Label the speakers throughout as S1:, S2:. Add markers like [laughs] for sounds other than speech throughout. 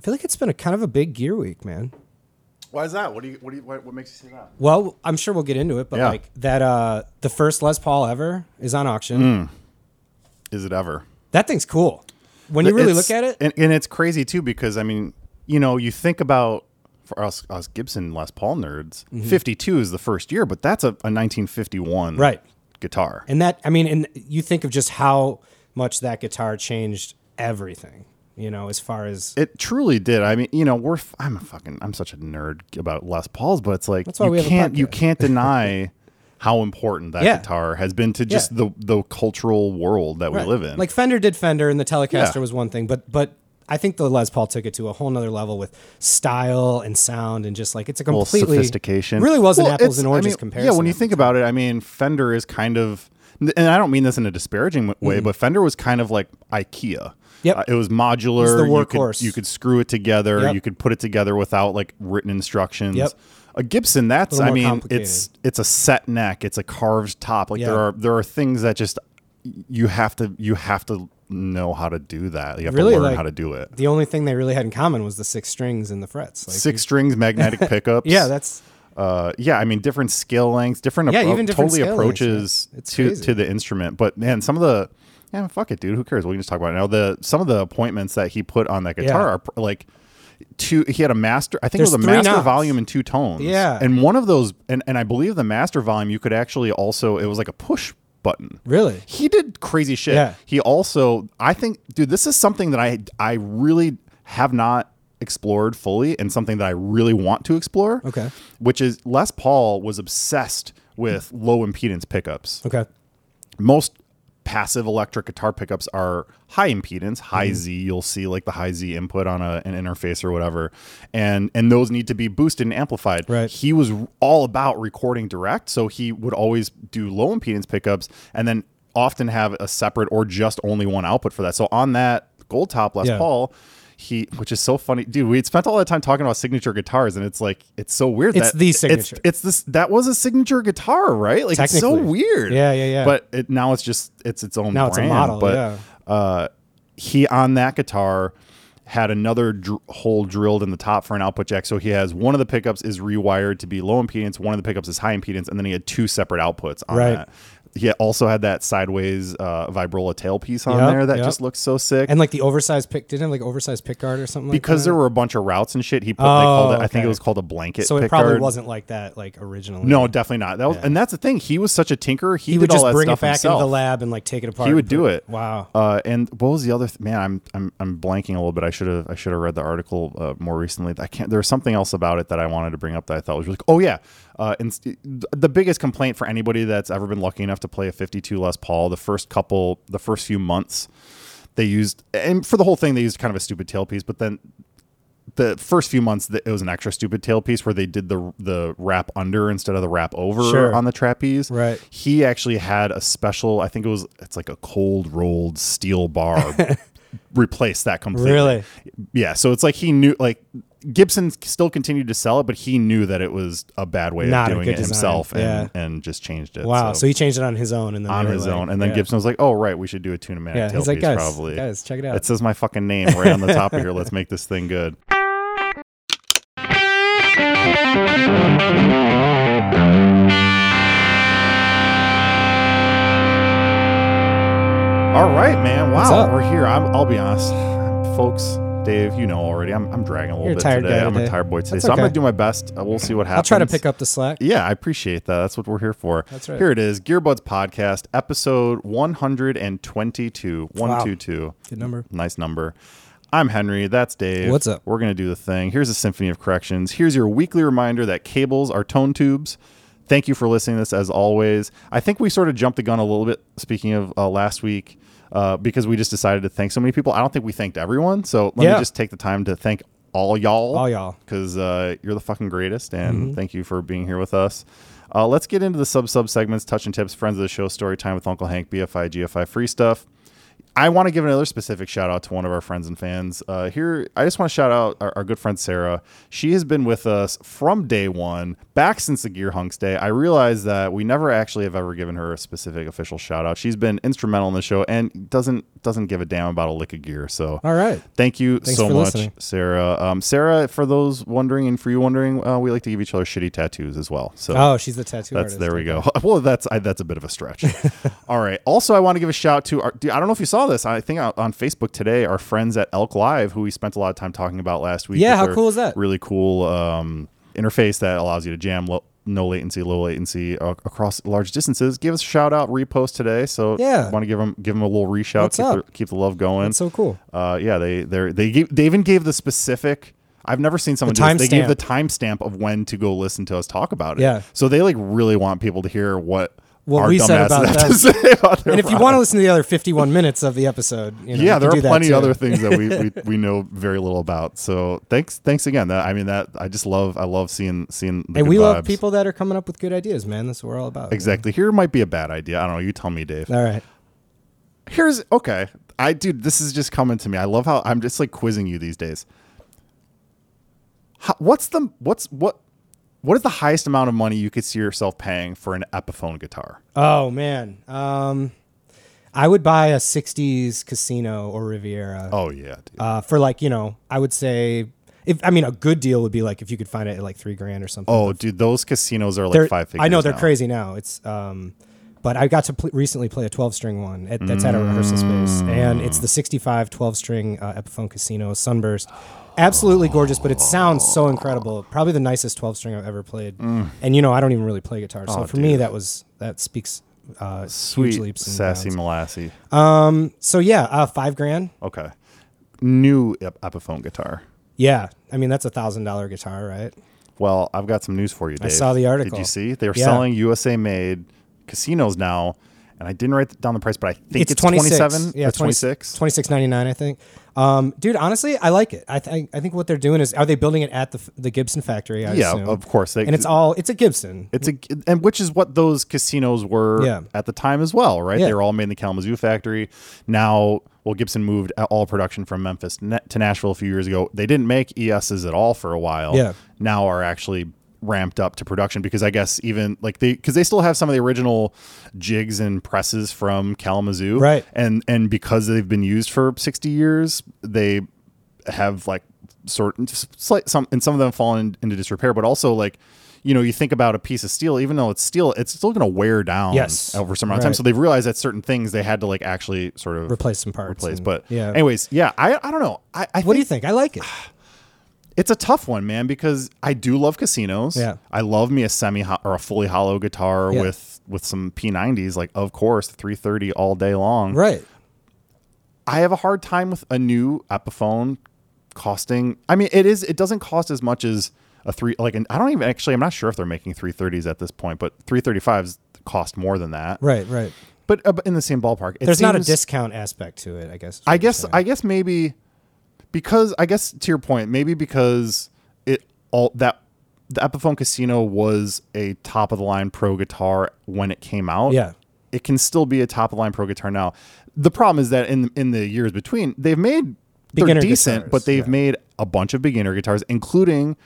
S1: feel like it's been a kind of a big gear week, man.
S2: Why is that? What do you? What do you? What, what makes you say that?
S1: Well, I'm sure we'll get into it, but
S2: Yeah.
S1: like that, uh, the first Les Paul ever is on
S2: Mm.
S1: auction.
S2: Is it ever?
S1: That thing's cool. When you really
S2: It's-
S1: look at it,
S2: and, and it's crazy too because I mean, you know, you think about for us, us Gibson Les Paul nerds,
S1: Mm-hmm.
S2: fifty-two is the first year, but that's a, a nineteen fifty-one
S1: Right.
S2: guitar.
S1: and that, I mean, and you think of just how much that guitar changed everything, you know, as far as
S2: it truly did. I mean, you know, we're f- I'm a fucking I'm such a nerd about Les Pauls, but it's like
S1: why
S2: you
S1: we have a
S2: can't you
S1: podcast. [laughs]
S2: can't deny how important that
S1: Yeah.
S2: guitar has been to just
S1: Yeah.
S2: the the cultural world that
S1: Right.
S2: we live in.
S1: Like Fender did Fender, and the Telecaster
S2: Yeah.
S1: was one thing, but but I think the Les Paul took it to a whole nother level with style and sound, and just like it's a
S2: Well,
S1: completely
S2: sophistication.
S1: Really was an
S2: Well,
S1: apples
S2: it's-
S1: and
S2: I
S1: oranges
S2: mean,
S1: comparison.
S2: Yeah, when you think about it, I mean, Fender is kind of, and I don't mean this in a disparaging way, but Fender was kind of like IKEA.
S1: Mm-hmm. Yep.
S2: Uh, it was modular.
S1: It's the
S2: you could-
S1: workhorse.
S2: You could, screw it together.
S1: Yep.
S2: You could put it together without like written instructions.
S1: Yep.
S2: A Gibson, that's
S1: little
S2: I
S1: more
S2: mean,
S1: complicated.
S2: it's it's a set neck. It's a carved top. Like
S1: Yeah.
S2: there are there are things that just you have to you have to know how to do that. You have
S1: Really,
S2: to learn
S1: like,
S2: how to do it.
S1: the only thing they really had in common was the six strings and the frets. Like,
S2: Six strings, magnetic pickups.
S1: [laughs] yeah, that's
S2: uh, yeah, I mean, different skill lengths, different,
S1: Yeah,
S2: appro-
S1: even different
S2: totally
S1: skill lengths,
S2: approaches
S1: yeah. It's
S2: to
S1: crazy.
S2: to the instrument. But man, some of the yeah, fuck it, dude. Who cares? We can just talk about it now. The some of the appointments that he put on that guitar
S1: Yeah.
S2: are pr- like two. He had a master. I think
S1: There's
S2: it was a
S1: three
S2: master
S1: knobs.
S2: volume and two tones.
S1: Yeah.
S2: and one of those, and and I believe the master volume, you could actually also it was like a push button
S1: really
S2: he did crazy shit.
S1: Yeah.
S2: He also, I think, dude, this is something that I I really have not explored fully, and something that I really want to explore.
S1: Okay.
S2: which is Les Paul was obsessed with low impedance pickups
S1: okay.
S2: most passive electric guitar pickups are high impedance
S1: Hmm.
S2: high z you'll see like the high z input on a, an interface or whatever and and those need to be boosted and amplified
S1: Right.
S2: he was all about recording direct so he would always do low impedance pickups and then often have a separate or just only one output for that so on that gold top les
S1: Yeah.
S2: paul he which is so funny dude we had spent all that time talking about signature guitars and it's like it's so weird
S1: It's
S2: that
S1: the signature.
S2: it's this that was a signature guitar right like it's so
S1: Technically.
S2: weird
S1: Yeah, yeah, yeah.
S2: but it, now it's just it's its own
S1: Now it's a
S2: brand,
S1: model,
S2: but
S1: yeah.
S2: uh, he on that guitar had another dr- hole drilled in the top for an output jack so he has one of the pickups is rewired to be low impedance one of the pickups is high impedance and then he had two separate outputs on
S1: Right.
S2: that he also had that sideways uh, vibrola tailpiece on
S1: Yep,
S2: there that
S1: yep.
S2: just looks so sick
S1: And like the oversized pick didn't it have like oversized pick guard or something
S2: because
S1: like
S2: there were a bunch of routes and shit he put they called it
S1: Oh,
S2: i think
S1: okay.
S2: it was called a blanket
S1: that. so it
S2: pick
S1: probably
S2: guard.
S1: wasn't like that like originally.
S2: no definitely not that was and that's the thing he was such a tinker
S1: he
S2: he, did
S1: would
S2: all
S1: just
S2: that
S1: bring it
S2: stuff
S1: back
S2: himself.
S1: into the lab and like take it apart.
S2: He
S1: and
S2: would
S1: put
S2: do it.
S1: Wow.
S2: Uh, and what was the other th- man? I'm I'm I'm blanking a little bit. I should have I should have read the article uh, more recently. I can't. There was something else about it that I wanted to bring up that I thought was really. Oh yeah. Uh, and st- the biggest complaint for anybody that's ever been lucky enough to play a 52 Les Paul, the first couple, the first few months, they used and for the whole thing they used kind of a stupid tailpiece, but then. The first few months, th- it was an extra stupid tailpiece where they did the the wrap under instead of the wrap over
S1: Sure.
S2: on the trapeze
S1: Right.
S2: he actually had a special i think it was it's like a cold rolled steel bar
S1: [laughs]
S2: replaced that completely
S1: Really?
S2: yeah so it's like he knew like gibson still continued to sell it but he knew that it was a bad way
S1: Not a
S2: of doing
S1: good
S2: it
S1: design.
S2: himself and,
S1: Yeah.
S2: and just changed it
S1: Wow. So, he changed it on his own and then they
S2: on
S1: were
S2: his
S1: like-
S2: own and then
S1: yeah.
S2: gibson was like oh right we should do a tune and
S1: Yeah,
S2: tailpiece
S1: he's like, "Guys,
S2: probably
S1: guys, check it out."
S2: it says my fucking name right on the top of here let's make this thing good All right, man.
S1: What's
S2: Wow,
S1: up?
S2: we're here. I'm, I'll be honest, folks. Dave, you know already. I'm, I'm dragging a little
S1: You're a
S2: bit
S1: tired
S2: today.
S1: guy
S2: I'm a
S1: today.
S2: tired boy today,
S1: That's
S2: so I'm
S1: okay.
S2: gonna do my best. Uh, We'll see what happens.
S1: I'll try to pick up the slack.
S2: Yeah, I appreciate that. That's what we're here for.
S1: That's right.
S2: Here it is, Gearbuds Podcast, episode 122. 122.
S1: Good number.
S2: Nice number. I'm Henry. That's Dave.
S1: What's up?
S2: We're going to do the thing. Here's a symphony of corrections. Here's your weekly reminder that cables are tone tubes. Thank you for listening to this as always. I think we sort of jumped the gun a little bit, speaking of uh, last week, uh, because we just decided to thank so many people. I don't think we thanked everyone. So let
S1: Yeah.
S2: me just take the time to thank all y'all.
S1: All y'all.
S2: Because uh, you're the fucking greatest. And thank you for being here with us. Uh, let's get into the sub sub segments, touch and tips, friends of the show, story time with Uncle Hank, BFI, GFI, free stuff. I want to give another specific shout out to one of our friends and fans. Uh, here, I just want to shout out our, our good friend Sarah. She has been with us from day one, back since the Gear Hunks day. I realize that we never actually have ever given her a specific official shout out. She's been instrumental in the show and doesn't doesn't give a damn about a lick of gear. So,
S1: All right.
S2: Thank you so
S1: for
S2: much,
S1: listening.
S2: Sarah. Um, Sarah, for those wondering and for you wondering, uh, we like to give each other shitty tattoos as well. So
S1: Oh, she's the tattoo
S2: that's
S1: artist.
S2: there we go. [laughs] Well, that's I, that's a bit of a stretch.
S1: [laughs]
S2: All right. Also, I want to give a shout to our. dude, I don't know if you saw this. I think on- on Facebook today, our friends at Elk Live, who we spent a lot of time talking about last week.
S1: Yeah,
S2: with
S1: how
S2: their
S1: cool is that?
S2: Really cool um, interface that allows you to jam lo- no latency, low latency uh, across large distances. Give us a shout out, repost today. So
S1: Yeah.
S2: want to give them give them a little reshout.
S1: What's
S2: Keep,
S1: up?
S2: The, keep the love going.
S1: That's so cool.
S2: Uh, yeah, they they they gave, they even gave the specific. I've never seen someone
S1: The
S2: do this. They gave
S1: timestamp.
S2: the timestamp of when to go listen to us talk about it.
S1: Yeah.
S2: So they like really want people to hear what
S1: What
S2: our
S1: we said
S2: dumbasses [laughs]
S1: about
S2: have
S1: that.
S2: to say about their
S1: And if you
S2: product.
S1: want to listen to the other 51 minutes of the episode, you know,
S2: yeah,
S1: you can
S2: there are
S1: do that
S2: plenty
S1: too.
S2: of other things
S1: [laughs]
S2: that we, we we know very little about. So thanks thanks again. That I mean that I just love I love seeing seeing the
S1: And
S2: good
S1: we love
S2: vibes.
S1: people that are coming up with good ideas, man. That's what we're all about.
S2: Exactly. Here might be a bad idea. I don't know. You tell me, Dave.
S1: All right.
S2: Here's okay. I dude, this is just coming to me. I love how I'm just like quizzing you these days. How, what's the what's what what is the highest amount of money you could see yourself paying for an Epiphone guitar?
S1: Oh man, um, I would buy a '60s Casino or Riviera
S2: Oh yeah, dude.
S1: uh, for like you know. I would say, if I mean, a good deal would be like if you could find it at like three grand or something.
S2: oh dude, those casinos are like
S1: They're-
S2: five figures.
S1: I know they're
S2: now.
S1: crazy now. It's um, but I got to pl- recently play a 12 string one at, that's at a rehearsal space, and it's the 65 12 string uh, Epiphone Casino Sunburst. Absolutely gorgeous, but it sounds so incredible. Probably the nicest 12 string I've ever played.
S2: Mm.
S1: And you know, I don't even really play guitar, so for me, that was that speaks. Uh, huge
S2: Sweet
S1: leaps and
S2: sassy
S1: bounds.
S2: molassy.
S1: So yeah, uh, five grand.
S2: Okay. New Ep- Epiphone guitar.
S1: Yeah, I mean that's a thousand dollar guitar, right?
S2: Well, I've got some news for you, Dave.
S1: saw the
S2: Did
S1: article.
S2: you see? They were
S1: Yeah.
S2: selling USA made casinos now, and I didn't write down the price, but I think it's,
S1: 26.
S2: 27
S1: Yeah,
S2: or 26.
S1: Twenty six ninety nine, I think. Um, dude, honestly, I like it. I think I think what they're doing is are they building it at the f- the Gibson factory? I
S2: Yeah,
S1: assume.
S2: of course. They,
S1: And it's all it's a Gibson.
S2: It's a and which is what those casinos were
S1: Yeah.
S2: at the time as well, right?
S1: Yeah.
S2: They were all made in the Kalamazoo factory. Now, well, Gibson moved all production from Memphis na- to Nashville a few years ago. They didn't make ESs at all for a while.
S1: Yeah.
S2: Now are actually ramped up to production because I guess even like they because they still have some of the original jigs and presses from Kalamazoo,
S1: Right.
S2: And and because they've been used for sixty years, they have like sort slight some and some of them fall in, into disrepair but also like you know you think about a piece of steel even though it's steel it's still going to wear down
S1: Yes.
S2: over some amount of time
S1: Right.
S2: so they've realized that certain things they had to like actually sort of
S1: Replace some parts
S2: replace
S1: and-
S2: but
S1: yeah.
S2: anyways yeah i i don't know i, I
S1: What
S2: think
S1: do you think? I
S2: [sighs]
S1: like it.
S2: it's a tough one man because i do love casinos
S1: Yeah.
S2: i love me a semi ho- or a fully hollow guitar
S1: Yeah.
S2: with with some p90s like of course 330 all day long
S1: Right.
S2: I have a hard time with a new Epiphone costing. I mean, it is it doesn't cost as much as a three like an, I don't even actually I'm not sure if they're making 330s at this point, but 335s cost more than that.
S1: Right. Right.
S2: But uh, but in the same ballpark. It
S1: There's not a
S2: seems-
S1: discount aspect to it, I guess. is what
S2: I
S1: you're
S2: guess
S1: saying.
S2: I guess maybe because I guess to your point, maybe because it all that the Epiphone Casino was a top of the line pro guitar when it came out.
S1: Yeah.
S2: It can still be a top of the line pro guitar now. The problem is that in in the years between, they've made they're
S1: Beginner
S2: decent,
S1: guitars,
S2: but they've
S1: yeah.
S2: made a bunch of beginner guitars, including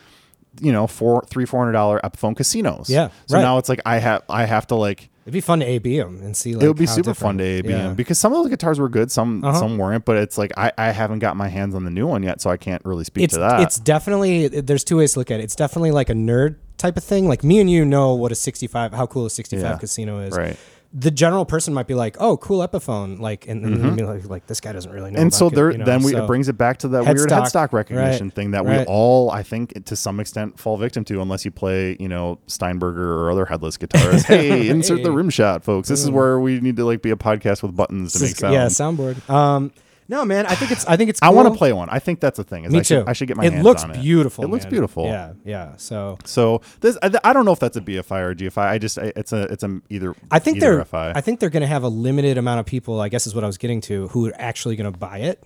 S2: you know, four three four hundred dollar Epiphone casinos.
S1: Yeah,
S2: So
S1: right.
S2: now it's like I have I have to like
S1: it'd be fun to A B them and see. Like,
S2: it would be
S1: how
S2: super fun to
S1: different-
S2: ABM
S1: yeah. Uh-huh.
S2: because some of the guitars were good, some some weren't. But it's like I, I haven't got my hands on the new one yet, so I can't really speak
S1: it's
S2: to that.
S1: it's definitely there's two ways to look at it. It's definitely like a nerd type of thing. Like me and you know what a 65 how cool a 65
S2: Yeah,
S1: casino is.
S2: right.
S1: The general person might be like, "Oh, cool Epiphone," like, and, and be like, like, this guy doesn't really know."
S2: Mm-hmm. and
S1: about
S2: so
S1: it,"
S2: there,
S1: you know,
S2: then we,
S1: so-
S2: it brings it back to that weird
S1: Headstock,
S2: headstock recognition
S1: right,
S2: thing that we
S1: right.
S2: all, I think, to some extent, fall victim to, unless you play, you know, Steinberger or other
S1: [laughs]
S2: headless guitars. hey, insert the rim shot, folks. This is
S1: Mm.
S2: where we need to like be a podcast with buttons to make
S1: [laughs]
S2: sound.
S1: yeah, soundboard. Um, no, man, I think it's I think it's.
S2: I
S1: Cool.
S2: want to play one. I think that's a thing. is
S1: Me
S2: I should,
S1: too.
S2: I should get my
S1: It
S2: hands
S1: looks
S2: on it.
S1: beautiful.
S2: It looks
S1: man.
S2: beautiful.
S1: Yeah, yeah. So
S2: So this, I, I don't know if that's a BFI or a GFI. I just, I, it's a, it's a either.
S1: I think
S2: either
S1: they're
S2: FI.
S1: I think they're going to have a limited amount of people. I guess is what I was getting to who are actually going to buy it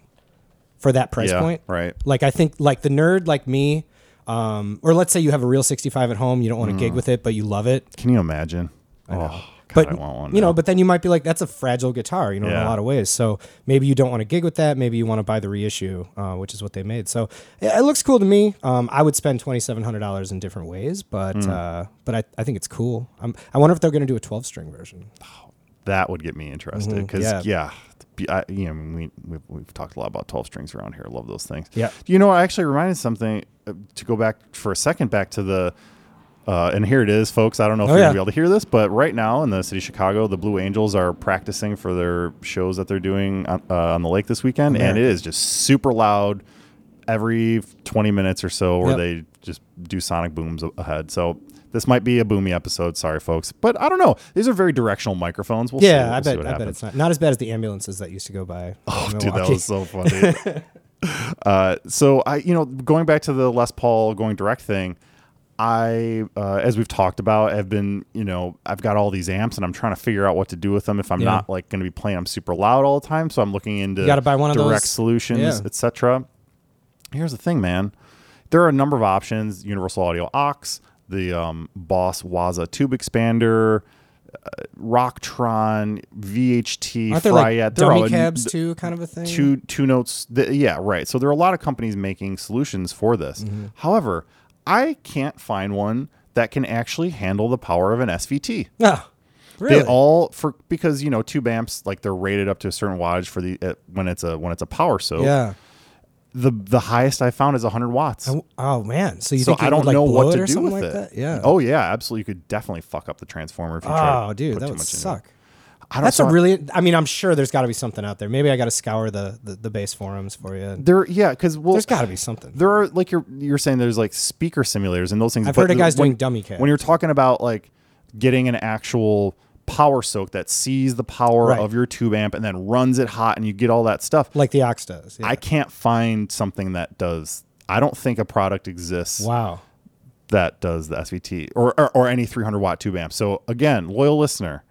S1: for that price
S2: Yeah,
S1: point.
S2: right.
S1: Like I think like the nerd like me, um, or let's say you have a real 65 at home, you don't want to gig with it, but you love it.
S2: Can you imagine? Oh, Mm. God,
S1: but
S2: I want one.
S1: you know,
S2: now.
S1: but then you might be like, that's a fragile guitar, you know, in
S2: Yeah.
S1: a lot of ways. So maybe you don't want to gig with that. Maybe you want to buy the reissue, uh, which is what they made. So it, it looks cool to me. Um, I would spend twenty seven hundred dollars in different ways, but
S2: Mm.
S1: uh, but I, I think it's cool. i I wonder if they're going to do a twelve string version.
S2: that would get me interested because
S1: Mm-hmm. yeah.
S2: yeah. be- I, you know, we, we've, we've talked a lot about 12 strings around here. Love those things.
S1: Yeah.
S2: You know, I actually reminded something uh, to go back for a second back to the, uh, and here it is, folks. I don't know if
S1: Oh,
S2: you're
S1: yeah.
S2: going to be able to hear this, but right now in the city of Chicago, the Blue Angels are practicing for their shows that they're doing on, uh, on the lake this weekend. And
S1: America.
S2: it is just super loud every 20 minutes or so where
S1: Yep.
S2: they just do sonic booms a- ahead. So this might be a boomy episode. Sorry, folks. But I don't know. These are very directional microphones. We'll see,
S1: yeah,
S2: we'll
S1: I
S2: see
S1: bet.
S2: what
S1: I bet
S2: happens.
S1: it's not not as bad as the ambulances that used to go by. Oh,
S2: Dude, that
S1: [laughs]
S2: was so funny. [laughs] uh, so I, you know, going back to the Les Paul going direct thing, I, uh, as we've talked about, have been, you know, I've got all these amps and I'm trying to figure out what to do with them if I'm
S1: Yeah.
S2: not like going to be playing them super loud all the time. So I'm looking into
S1: You gotta buy one of
S2: direct
S1: those.
S2: solutions,
S1: Yeah.
S2: etc. Here's the thing, man. There are a number of options: Universal Audio aux, the um, Boss Waza tube expander. Uh, Rocktron, VHT,
S1: Aren't there
S2: Fryette.
S1: like
S2: There are
S1: dummy
S2: a-
S1: cabs too, kind of a thing?
S2: two two notes th- yeah right so there are a lot of companies making solutions for this
S1: Mm-hmm.
S2: however i can't find one that can actually handle the power of an svt
S1: Ah, really?
S2: they all for because you know tube amps like they're rated up to a certain wattage for the uh, when it's a when it's a power so
S1: yeah.
S2: the the highest i found is 100 watts
S1: Oh, oh, man, so you
S2: so
S1: think they
S2: i don't
S1: would, like,
S2: know
S1: blow
S2: what
S1: it
S2: to
S1: or
S2: do
S1: something
S2: with
S1: like
S2: it
S1: That? Yeah.
S2: oh yeah absolutely you could definitely fuck up the transformer if you try
S1: Oh,
S2: to
S1: dude,
S2: put
S1: that
S2: too
S1: would
S2: much into it.
S1: suck.
S2: I don't
S1: That's
S2: know,
S1: a
S2: so I-
S1: really. I mean, I'm sure there's got to be something out there. Maybe I got to scour the, the the base forums for you.
S2: there yeah because well
S1: There's got to be something.
S2: there are like you're you're saying there's like speaker simulators and those things.
S1: I've
S2: but
S1: heard of
S2: the-
S1: guys
S2: when-
S1: doing dummy cabs.
S2: When you're talking about like getting an actual power soak that sees the power
S1: Right.
S2: of your tube amp and then runs it hot and you get all that stuff.
S1: Like the Ox does. Yeah.
S2: I can't find something that does. I don't think a product exists
S1: wow.
S2: that does the SVT or, or or any 300 watt tube amp. So again, loyal listener,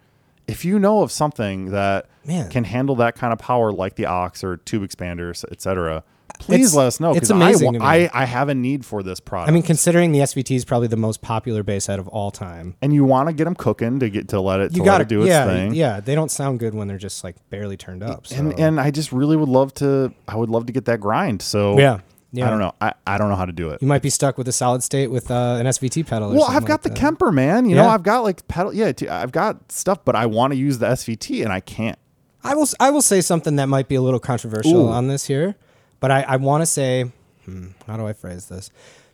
S2: if you know of something that
S1: Man.
S2: can handle that kind of power like the aux or tube expanders, etc., please
S1: It's-
S2: let us know
S1: it's
S2: I
S1: amazing
S2: wa-
S1: to me.
S2: I, I have a need for this product.
S1: I mean, considering the SVT is probably the most popular bass out of all time.
S2: and you want to get them cooking to get to let it to
S1: You
S2: let
S1: got to
S2: it do its
S1: yeah,
S2: thing.
S1: Yeah, they don't sound good when they're just like barely turned up. So.
S2: And and I just really would love to I would love to get that grind. So
S1: Yeah, yeah.
S2: I don't know. I, I don't know how to do it.
S1: you might be stuck with a solid state with uh, an SVT pedal. Or
S2: Well,
S1: something
S2: I've got
S1: like
S2: the
S1: that.
S2: Kemper, man. You know,
S1: Yeah.
S2: I've got like pedal. Yeah, t- I've got stuff, but I want to use the SVT, and I can't.
S1: I will. I will say something that might be a little controversial
S2: Ooh.
S1: on this here, but I, I want to say, hmm, how do I phrase this?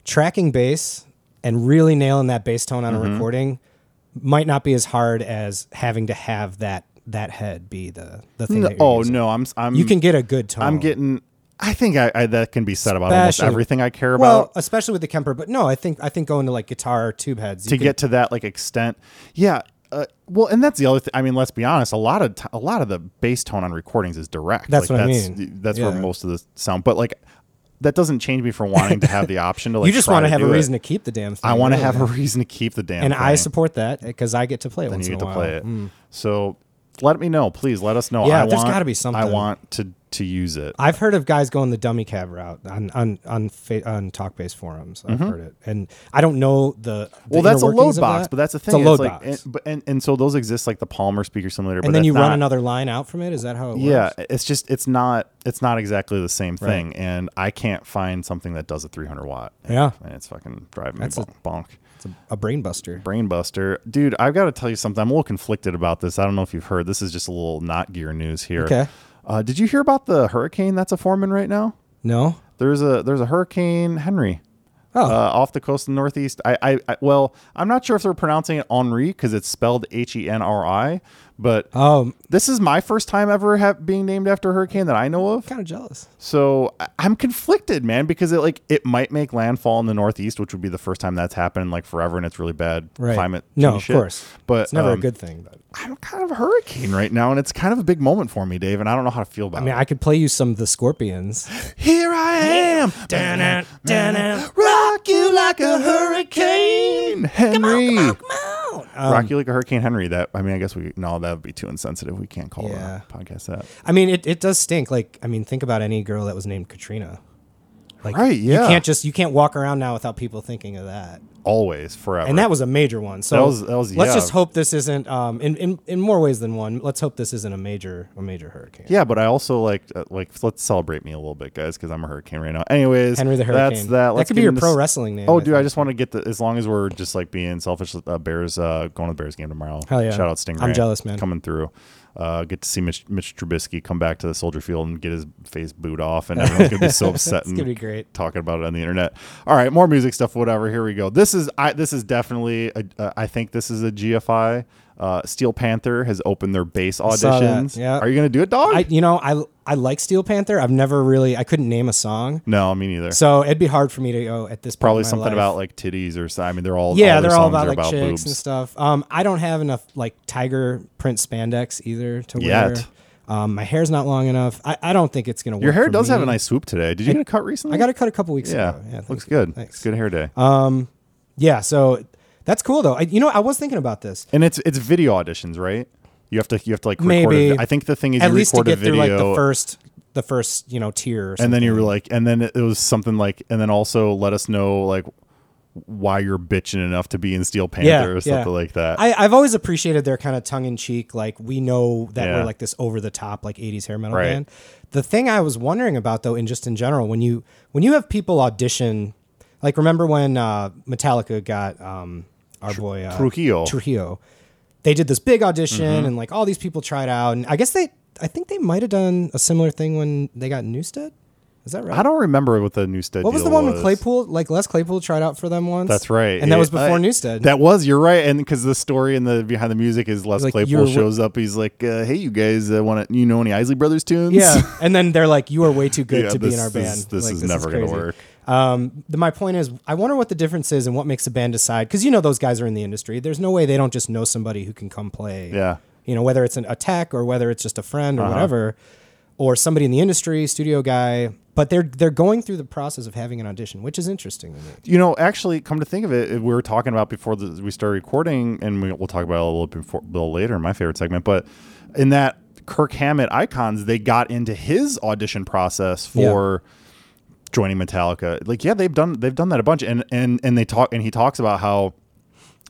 S1: Tracking bass and really nailing that bass tone on a recording might not be as hard as having to have that that head be the the thing. that you're
S2: oh
S1: using.
S2: no, I'm I'm
S1: you can Oh. get a good tone.
S2: I'm getting. I think I, I that can be said about almost
S1: Especially-
S2: everything I care about.
S1: well, especially with the Kemper, but no, I think I think going to like guitar tube heads you
S2: to
S1: can-
S2: get to that like extent. Yeah. Uh, well, and that's the other thing. I mean, let's be honest. A lot of t- a lot of the bass tone on recordings is direct.
S1: That's
S2: like,
S1: what I
S2: that's,
S1: mean.
S2: That's where
S1: Yeah.
S2: most of the sound. But like, that doesn't change me
S1: [laughs]
S2: from wanting to have the option to like.
S1: you just
S2: want to
S1: have a
S2: do it.
S1: reason to keep the damn thing.
S2: I want to
S1: really.
S2: have a [laughs] reason to keep the damn.
S1: and
S2: thing,
S1: I support that because I get to play it
S2: and
S1: once
S2: you get
S1: in a
S2: to
S1: while. Hmm.
S2: play it. So let me know, please. Let us know.
S1: Yeah,
S2: I
S1: there's
S2: want,
S1: gotta be
S2: I
S1: something.
S2: want to to use it.
S1: I've heard of guys going the dummy cab route on on on, fa- on talk based forums. I've heard it, and I don't know the, the
S2: Mm-hmm. well, that's a
S1: inner
S2: load
S1: workings of
S2: box,
S1: that.
S2: but that's the thing.
S1: It's a load
S2: like,
S1: box,
S2: And, but, and and so those exist like the Palmer speaker simulator. but
S1: and then
S2: that's
S1: you run
S2: not-
S1: another line out from it. Is that how it works?
S2: Yeah, it's just it's not it's not exactly the same thing, and I can't find something that does a 300 watt. amp,
S1: Yeah.
S2: and it's fucking driving me
S1: a-
S2: bonk, bonk.
S1: it's a, a brain buster.
S2: Brain buster, dude. I've got to tell you something. I'm a little conflicted about this. I don't know if you've heard. This is just a little not gear news here.
S1: Okay.
S2: Uh, did you hear about the hurricane that's a foreman right now?
S1: No,
S2: There's a there's a hurricane Henry.
S1: Oh.
S2: Uh, off the coast of the Northeast. I, I, I well, I'm not sure if they're pronouncing it Henri because it's spelled H E N R I, but
S1: oh,
S2: this is my first time ever ha- being named after a hurricane that I know of.
S1: kind of jealous.
S2: So I- I'm conflicted, man, because it like it might make landfall in the Northeast, which would be the first time that's happened in like forever, and it's really bad
S1: Right.
S2: climate.
S1: No,
S2: change
S1: of
S2: shit.
S1: course.
S2: but
S1: It's never
S2: um,
S1: a good thing. But
S2: I'm kind of a hurricane right now, and it's kind of a big moment for me, Dave, and I don't know how to feel about
S1: I mean,
S2: it.
S1: I could play you some of the Scorpions.
S2: Here I am,
S1: Dun-dun, dun-dun.
S2: rock you like a hurricane, Henry.
S1: Come on.
S2: Rock you like a hurricane, Henry. That I mean, I guess we no, that would be too insensitive. We can't call
S1: Yeah.
S2: the podcast that.
S1: I mean, it, it does stink. Like, I mean, think about any girl that was named Katrina. Like,
S2: Right, yeah.
S1: You can't just you can't walk around now without people thinking of that.
S2: always forever.
S1: And that was a major one. So
S2: That was- that was-
S1: let's
S2: yeah.
S1: just hope this isn't um in, in in more ways than one. Let's hope this isn't a major a major hurricane.
S2: yeah, but I also like uh, like let's celebrate me a little bit, guys, because I'm a hurricane right now. Anyways,
S1: Henry the
S2: That's
S1: Hurricane.
S2: that.
S1: That
S2: Let's
S1: could be
S2: get
S1: your
S2: into
S1: pro
S2: s-
S1: wrestling name.
S2: Oh,
S1: I
S2: dude, I
S1: think.
S2: just want to get the as long as we're just like being selfish. Uh, Bears uh, going to the Bears game tomorrow.
S1: Hell yeah.
S2: Shout out Stingray.
S1: I'm jealous, man.
S2: Coming through. Uh, get to see Mitch, Mitch Trubisky come back to the Soldier Field and get his face booed off, and everyone's gonna
S1: [laughs]
S2: be so upset
S1: It's
S2: and
S1: gonna be great.
S2: talking about it on the internet. All right, more music stuff, whatever. Here we go. This is I. This is definitely. A, uh, I think this is a GFI. Uh, Steel Panther has opened their bass
S1: saw that,
S2: auditions.
S1: yeah.
S2: Are you gonna do it, dog?
S1: I you know I I like Steel Panther. I've never really I couldn't name a song,
S2: no, me neither.
S1: so it'd be hard for me to go at this. Point
S2: Probably
S1: in my
S2: something
S1: life.
S2: about like titties or something. I mean, they're all
S1: yeah,
S2: their
S1: they're all
S2: songs
S1: about
S2: are
S1: like chicks
S2: boobs.
S1: and stuff. Um, I don't have enough like tiger print spandex either to wear.
S2: Yet.
S1: Um, my hair's not long enough. I, I don't think it's gonna work.
S2: Your hair
S1: for
S2: does have
S1: me.
S2: a nice swoop today. Did you get a cut recently?
S1: I got it cut a couple weeks
S2: Yeah,
S1: ago. thank
S2: looks
S1: you.
S2: good.
S1: Thanks. Uh,
S2: Good hair day.
S1: Yeah, so that's cool though. I, you know, I was thinking about this.
S2: and it's it's video auditions, right? You have to you have to like record.
S1: Maybe.
S2: A, I think the thing is
S1: At
S2: you
S1: least to
S2: record
S1: get
S2: a video,
S1: through like the first, the first you know tier. Or
S2: and then
S1: something.
S2: you were like, and then it was something like, and then also let us know like why you're bitching enough to be in Steel Panther
S1: Yeah,
S2: or
S1: yeah.
S2: something like that.
S1: I, I've always appreciated their kind of tongue in cheek, like we know that
S2: Yeah.
S1: we're like this over the top, like '80s hair metal
S2: Right.
S1: band. The thing I was wondering about, though, in just in general, when you when you have people audition, like remember when uh, Metallica got um, our boy uh,
S2: Trujillo. Mm-hmm.
S1: Trujillo, they did this big audition, and like all these people tried out, and I guess they, I think they might have done a similar thing when they got Newstead. Is that right?
S2: I don't remember what the Newstead.
S1: what was the
S2: deal
S1: one
S2: was.
S1: when Claypool, like Les Claypool, tried out for them once?
S2: That's right.
S1: and that
S2: Yeah,
S1: was before
S2: I-
S1: Newstead.
S2: That was you're right, and because the story in the behind the music is Les
S1: like,
S2: Claypool
S1: "You're wh-
S2: shows up. He's like, uh, "Hey, you guys, uh, want to you know any Isley Brothers tunes?"
S1: Yeah, and then they're like, "You are way too good
S2: [laughs] Yeah,
S1: to be
S2: this-
S1: in our
S2: this-
S1: band.
S2: this
S1: Like,
S2: is never gonna
S1: crazy.
S2: work.
S1: Um, the, my point is, I wonder what the difference is and what makes a band decide. Because you know those guys are in the industry. There's no way they don't just know somebody who can come play.
S2: Yeah. Uh-huh.
S1: you know whether it's an attack or whether it's just a friend or whatever, or somebody in the industry, studio guy. But they're they're going through the process of having an audition, which is interesting to me.
S2: You know, actually, come to think of it, we were talking about before the, we started recording, and we, we'll talk about it a little bit before, little later in my favorite segment. But in that Kirk Hammett icons, they got into his audition process for joining Metallica. Like, yeah, they've done they've done that a bunch, and and and they talk and he talks about how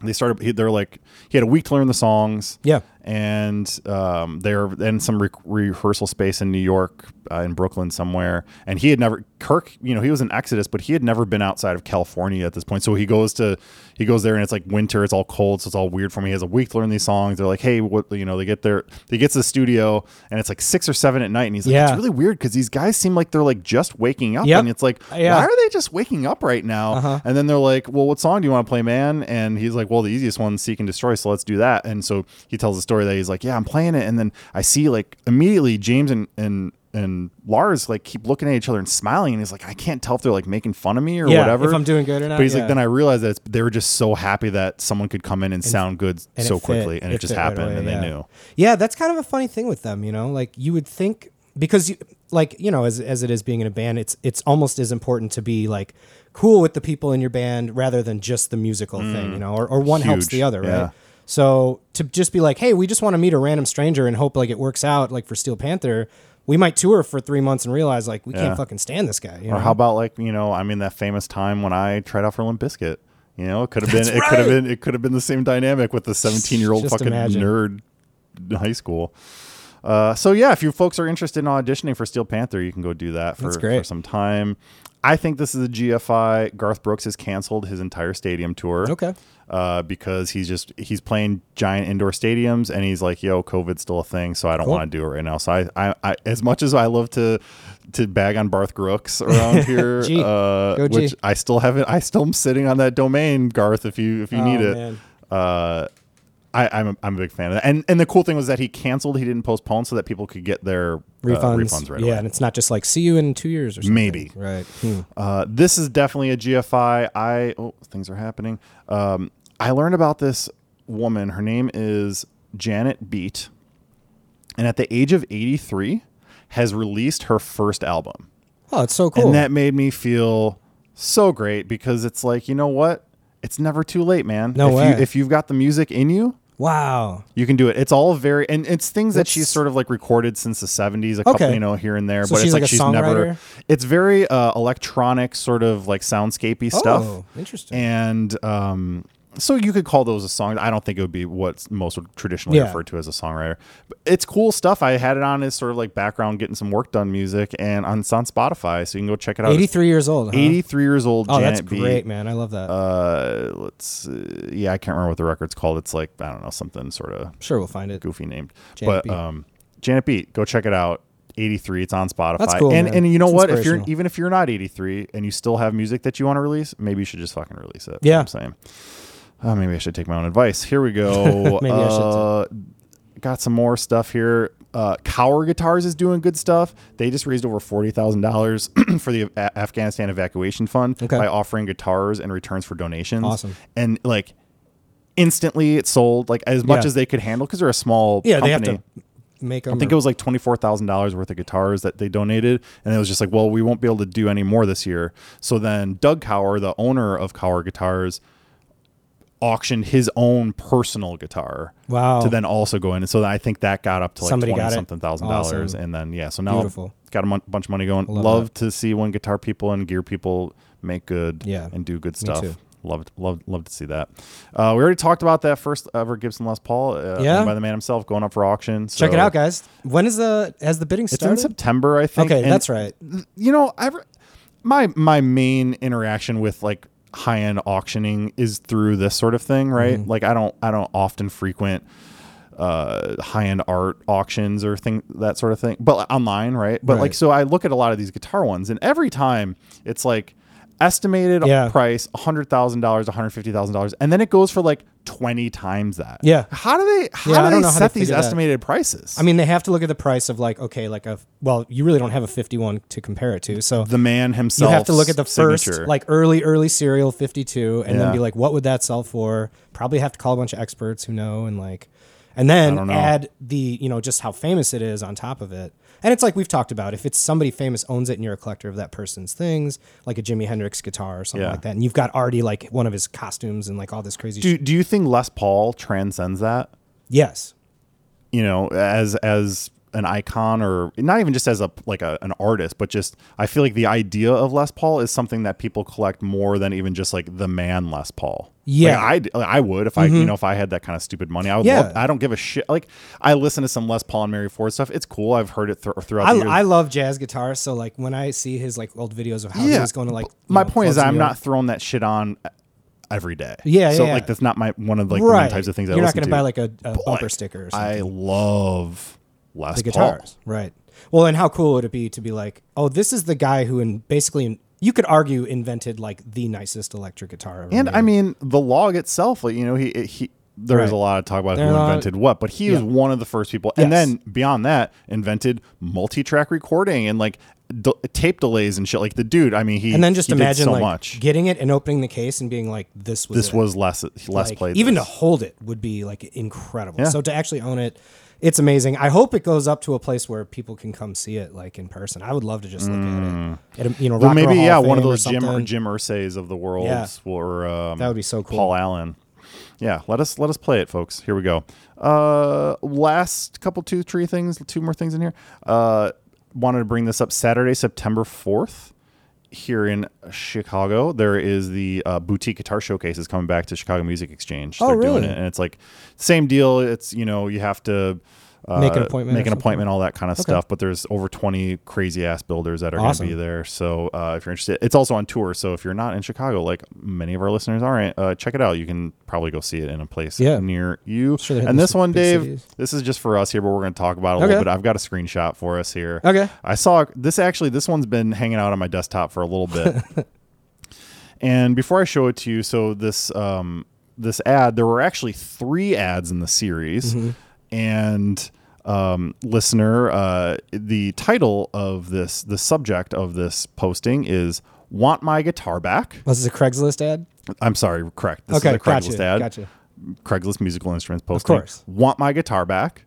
S2: they started. he- They're like he had a week to learn the songs.
S1: Yeah.
S2: and um, they're in some re- rehearsal space in New York, uh, in Brooklyn somewhere. And he had never Kirk, you know, he was in Exodus, but he had never been outside of California at this point. So he goes to he goes there, and it's like winter, it's all cold, so it's all weird for me. He has a week to learn these songs. They're like, hey, what you know? They get there, they get to the studio, and it's like six or seven at night, and he's like,
S1: Yeah.
S2: it's really weird because these guys seem like they're like just waking up,
S1: Yep.
S2: and it's like,
S1: Yeah. Uh-huh.
S2: why are they just waking up right now? And then they're like, well, what song do you want to play, man? And he's like, well, the easiest one, Seek and Destroy. So let's do that. And so he tells the story that he's like, yeah, I'm playing it. And then I see like immediately James and, and, and Lars like keep looking at each other and smiling. And he's like, I can't tell if they're like making fun of me or
S1: Yeah,
S2: whatever.
S1: if I'm doing good or not,
S2: But he's
S1: yeah.
S2: like, then I realized that it's, they were just so happy that someone could come in and, sound good
S1: and
S2: so
S1: it fit.
S2: quickly. And it, just
S1: fit right
S2: happened
S1: away,
S2: and
S1: yeah.
S2: they knew.
S1: Yeah, that's kind of a funny thing with them, you know. Like you would think because you like you know as as it is being in a band, it's it's almost as important to be like cool with the people in your band rather than just the musical thing, you know. Or or one helps
S2: Mm. Huge,
S1: the other, right?
S2: yeah.
S1: So to just be like, hey, we just want to meet a random stranger and hope like it works out, like for Steel Panther. We might tour for three months and realize like we
S2: Yeah.
S1: can't fucking stand this guy. You know?
S2: Or how about like you know, I mean that famous time when I tried out for Limp Bizkit. You know,
S1: [laughs]
S2: it could have been it could have
S1: right.
S2: been it could have been the same dynamic with the seventeen year old
S1: Just
S2: fucking
S1: imagine.
S2: nerd in high school. Uh, so yeah, if you folks are interested in auditioning for Steel Panther, you can go do that for,
S1: That's great.
S2: for some time. I think this is a GFI. Garth Brooks has canceled his entire stadium tour.
S1: Okay.
S2: Uh, because he's just he's playing giant indoor stadiums and he's like, yo, COVID's still a thing, so I don't
S1: Cool.
S2: want to do it right now. So I, I, I, as much as I love to to bag on Barth Grooks
S1: [laughs]
S2: around here,
S1: Gee.
S2: uh,
S1: Go Gee.
S2: which I still haven't, I still am sitting on that domain, Garth. If you if you
S1: Oh,
S2: need it,
S1: man.
S2: uh, I, I'm a, I'm a big fan of that. And and the cool thing was that he canceled, he didn't postpone, so that people could get their uh,
S1: refunds?
S2: refunds right
S1: yeah,
S2: away.
S1: and it's not just like see you in two years or something.
S2: Maybe.
S1: right. Hmm.
S2: Uh, this is definitely a GFI. I oh things are happening. Um, I learned about this woman. Her name is Janet Beat, and at the age of 83, has released her first album.
S1: Oh, it's so cool.
S2: And that made me feel so great because it's like, you know what? It's never too late, man.
S1: No
S2: if
S1: way.
S2: You, if you've got the music in you,
S1: Wow.
S2: You can do it. It's all very and it's things that
S1: What's-
S2: she's sort of like recorded since the seventies, a couple
S1: Okay.
S2: you know here and there.
S1: So
S2: but it's
S1: she's
S2: like,
S1: like a
S2: she's never.
S1: songwriter?
S2: It's very uh, electronic, sort of like soundscapey
S1: Oh,
S2: stuff,
S1: interesting.
S2: and um, so you could call those a song. I don't think it would be what most would traditionally
S1: Yeah.
S2: referred to as a songwriter. But it's cool stuff. I had it on as sort of like background, getting some work done music, and on it's on Spotify, so you can go check it out. It's
S1: 83 years old. Huh?
S2: 83 years old.
S1: Oh,
S2: Janet
S1: that's
S2: B.
S1: great, man. I love that.
S2: Uh, let's. Uh, yeah, I can't remember what the record's called. It's like I don't know something sort of
S1: sure, we'll find it.
S2: goofy named.
S1: Janet
S2: but
S1: Beat.
S2: um Janet Beat, go check it out. 83, it's on Spotify.
S1: That's cool,
S2: and
S1: man.
S2: and you know
S1: It's
S2: what? If you're
S1: inspirational.
S2: even if you're not 83 and you still have music that you want to release, maybe you should just fucking release it.
S1: Yeah.
S2: I'm saying. Oh, maybe I should take my own advice. Here we go.
S1: [laughs] Maybe I should,
S2: Uh, Got some more stuff here. Uh, Cower Guitars is doing good stuff. They just raised over forty thousand dollars [clears throat] for the A- Afghanistan evacuation fund
S1: Okay.
S2: by offering guitars and returns for donations.
S1: Awesome.
S2: And like instantly, it sold like as much
S1: Yeah.
S2: as they could handle because they're a small
S1: Yeah,
S2: company.
S1: they have to make them.
S2: I think it was like twenty four thousand dollars worth of guitars that they donated, and it was just like, well, we won't be able to do any more this year. So then Doug Cower, the owner of Cower Guitars, auctioned his own personal guitar.
S1: Wow.
S2: To then also go in, and so I think that got up to like
S1: Somebody
S2: twenty
S1: got it.
S2: something thousand dollars,
S1: Awesome.
S2: and then yeah, so now
S1: Beautiful.
S2: got a mon- bunch of money going. Love,
S1: Love
S2: to see when guitar people and gear people make good,
S1: Yeah.
S2: and do good stuff.
S1: too.
S2: Love, love, love to see that. Uh, we already talked about that first ever Gibson Les Paul, uh, owned
S1: Yeah.
S2: by the man himself, going up for auction.
S1: Check it
S2: so-
S1: out, guys. When is the has the bidding
S2: uh, it's
S1: started?
S2: in September, I think.
S1: okay,
S2: and
S1: that's right.
S2: th- You know, I my my main interaction with like high end auctioning is through this sort of thing, right?
S1: Mm-hmm.
S2: Like I don't I don't often frequent uh high end art auctions or thing that sort of thing, but online, right? But like
S1: Right.
S2: so I look at a lot of these guitar ones, and every time it's like estimated
S1: Yeah.
S2: price $100000 $150000 and then it goes for like 20 times that
S1: Yeah.
S2: how do they how
S1: Yeah, I
S2: do
S1: don't
S2: they
S1: know how they
S2: set these
S1: figure that.
S2: estimated prices
S1: I mean, they have to look at the price of like okay, like a well, you really don't have a 51 to compare it to. So
S2: the man
S1: you
S2: himself
S1: have to look at the
S2: signature.
S1: first like early early serial 52 and
S2: Yeah.
S1: then be like what would that sell for? Probably have to call a bunch of experts who know and like and then
S2: know.
S1: add the, you know, just how famous it is on top of it. And it's like we've talked about if it's somebody famous owns it and you're a collector of that person's things, like a Jimi Hendrix guitar or something
S2: Yeah.
S1: like that, and you've got already like one of his costumes and like all this crazy shit.
S2: do do you think Les Paul transcends that?
S1: Yes.
S2: You know, as as an icon or not even just as a like a, an artist, but just I feel like the idea of Les Paul is something that people collect more than even just like the man Les Paul.
S1: Yeah. Mm-hmm.
S2: Like, I d- like, I would if I you know if I had that kind of stupid money, I would.
S1: Yeah.
S2: Love, I don't give a shit. Like I listen to some Les Paul and Mary Ford stuff. It's cool. I've heard it thr- throughout the years.
S1: I, I love jazz guitar, so like when I see his like old videos of how he was going to like.
S2: but My
S1: you know,
S2: point is,
S1: clubs in
S2: I'm
S1: New
S2: not throwing that shit on e, every day.
S1: Yeah,
S2: So
S1: yeah,
S2: like
S1: yeah.
S2: that's not my one of like
S1: York.
S2: the main
S1: right.
S2: types of things I
S1: You're not gonna
S2: listen to.
S1: buy like a, a
S2: But
S1: bumper sticker or something.
S2: I love Les
S1: the
S2: Paul.
S1: guitars, right? Well, and how cool would it be to be like, oh, this is the guy who, in basically, you could argue invented like the nicest electric guitar. Ever
S2: And
S1: made.
S2: I mean, the log itself, like, you know, he it- he. There is
S1: Right.
S2: a lot of talk about
S1: There are
S2: who
S1: a lot of-
S2: invented what, but he is
S1: Yeah.
S2: one of the first people. And
S1: Yes.
S2: then beyond that, invented multi-track recording and like d- tape delays and shit. Like the dude, I mean, he
S1: and then just
S2: he did
S1: imagine
S2: so
S1: like
S2: much.
S1: getting it and opening the case and being like, this was
S2: this
S1: it.
S2: was less less
S1: Like,
S2: played.
S1: Even
S2: this.
S1: to hold it would be like incredible.
S2: Yeah.
S1: So to actually own it, it's amazing. I hope it goes up to a place where people can come see it like in person. I would love to just look at it. At a, you know,
S2: Mm. Well,
S1: Rock and
S2: maybe
S1: Roll
S2: yeah,
S1: Hall
S2: one of
S1: Fame or
S2: those Jim or
S1: something.
S2: Jim Ursays of the world,
S1: Yeah.
S2: or um,
S1: That would be so cool.
S2: Paul Allen. Yeah, let us let us play it, folks. Here we go. Uh, last couple two three things, two more things in here. Uh, wanted to bring this up Saturday, September fourth. Here in Chicago, there is the uh, boutique guitar showcase is coming back to Chicago Music Exchange.
S1: Oh,
S2: They're doing
S1: really?
S2: it, and it's like same deal. It's you know you have to uh,
S1: Make an appointment
S2: make
S1: or
S2: an
S1: something?
S2: appointment, all that kind of stuff. But there's over 20 crazy ass builders that are
S1: Awesome.
S2: going to be there. So uh, if you're interested, it's also on tour. So if you're not in Chicago, like many of our listeners aren't, uh, check it out. You can probably go see it in a place
S1: Yeah.
S2: near you.
S1: sure they're
S2: and
S1: hitting
S2: this
S1: some
S2: one,
S1: big
S2: Dave,
S1: cities.
S2: this is just for us here, but we're going to talk about it a little
S1: Okay.
S2: bit. I've got a screenshot for us here.
S1: Okay.
S2: I saw this actually, this one's been hanging out on my desktop for a little bit. And before I show it to you, so this um, this ad, there were actually three ads in the series, and um, listener, uh, the title of this, the subject of this posting is "Want My Guitar Back."
S1: Was this a Craigslist ad?
S2: I'm sorry, correct. This
S1: okay,
S2: is a Craigslist
S1: gotcha,
S2: ad.
S1: gotcha.
S2: Craigslist musical instruments posting.
S1: course.
S2: Want my guitar back.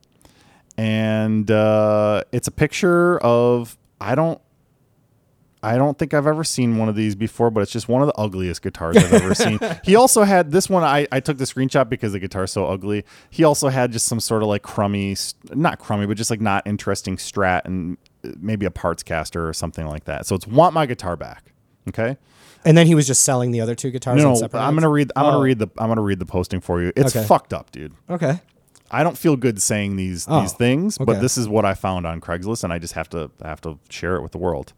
S2: And uh, it's a picture of I don't I don't think I've ever seen one of these before, but it's just one of the ugliest guitars I've
S1: [laughs]
S2: ever seen. He also had this one. I, I took the screenshot because the guitar's so ugly. He also had just some sort of like crummy, st- not crummy, but just like not interesting strat and uh, maybe a parts caster or something like that. So it's want my guitar back. Okay.
S1: And then he was just selling the other two guitars.
S2: No,
S1: on
S2: no,
S1: separate
S2: I'm gonna read. I'm gonna read the. I'm gonna read the posting for you. It's
S1: Okay.
S2: fucked up, dude.
S1: Okay.
S2: I don't feel good saying these
S1: Oh,
S2: these things,
S1: okay.
S2: but this is what I found on Craigslist, and I just have to I have to share it with the world.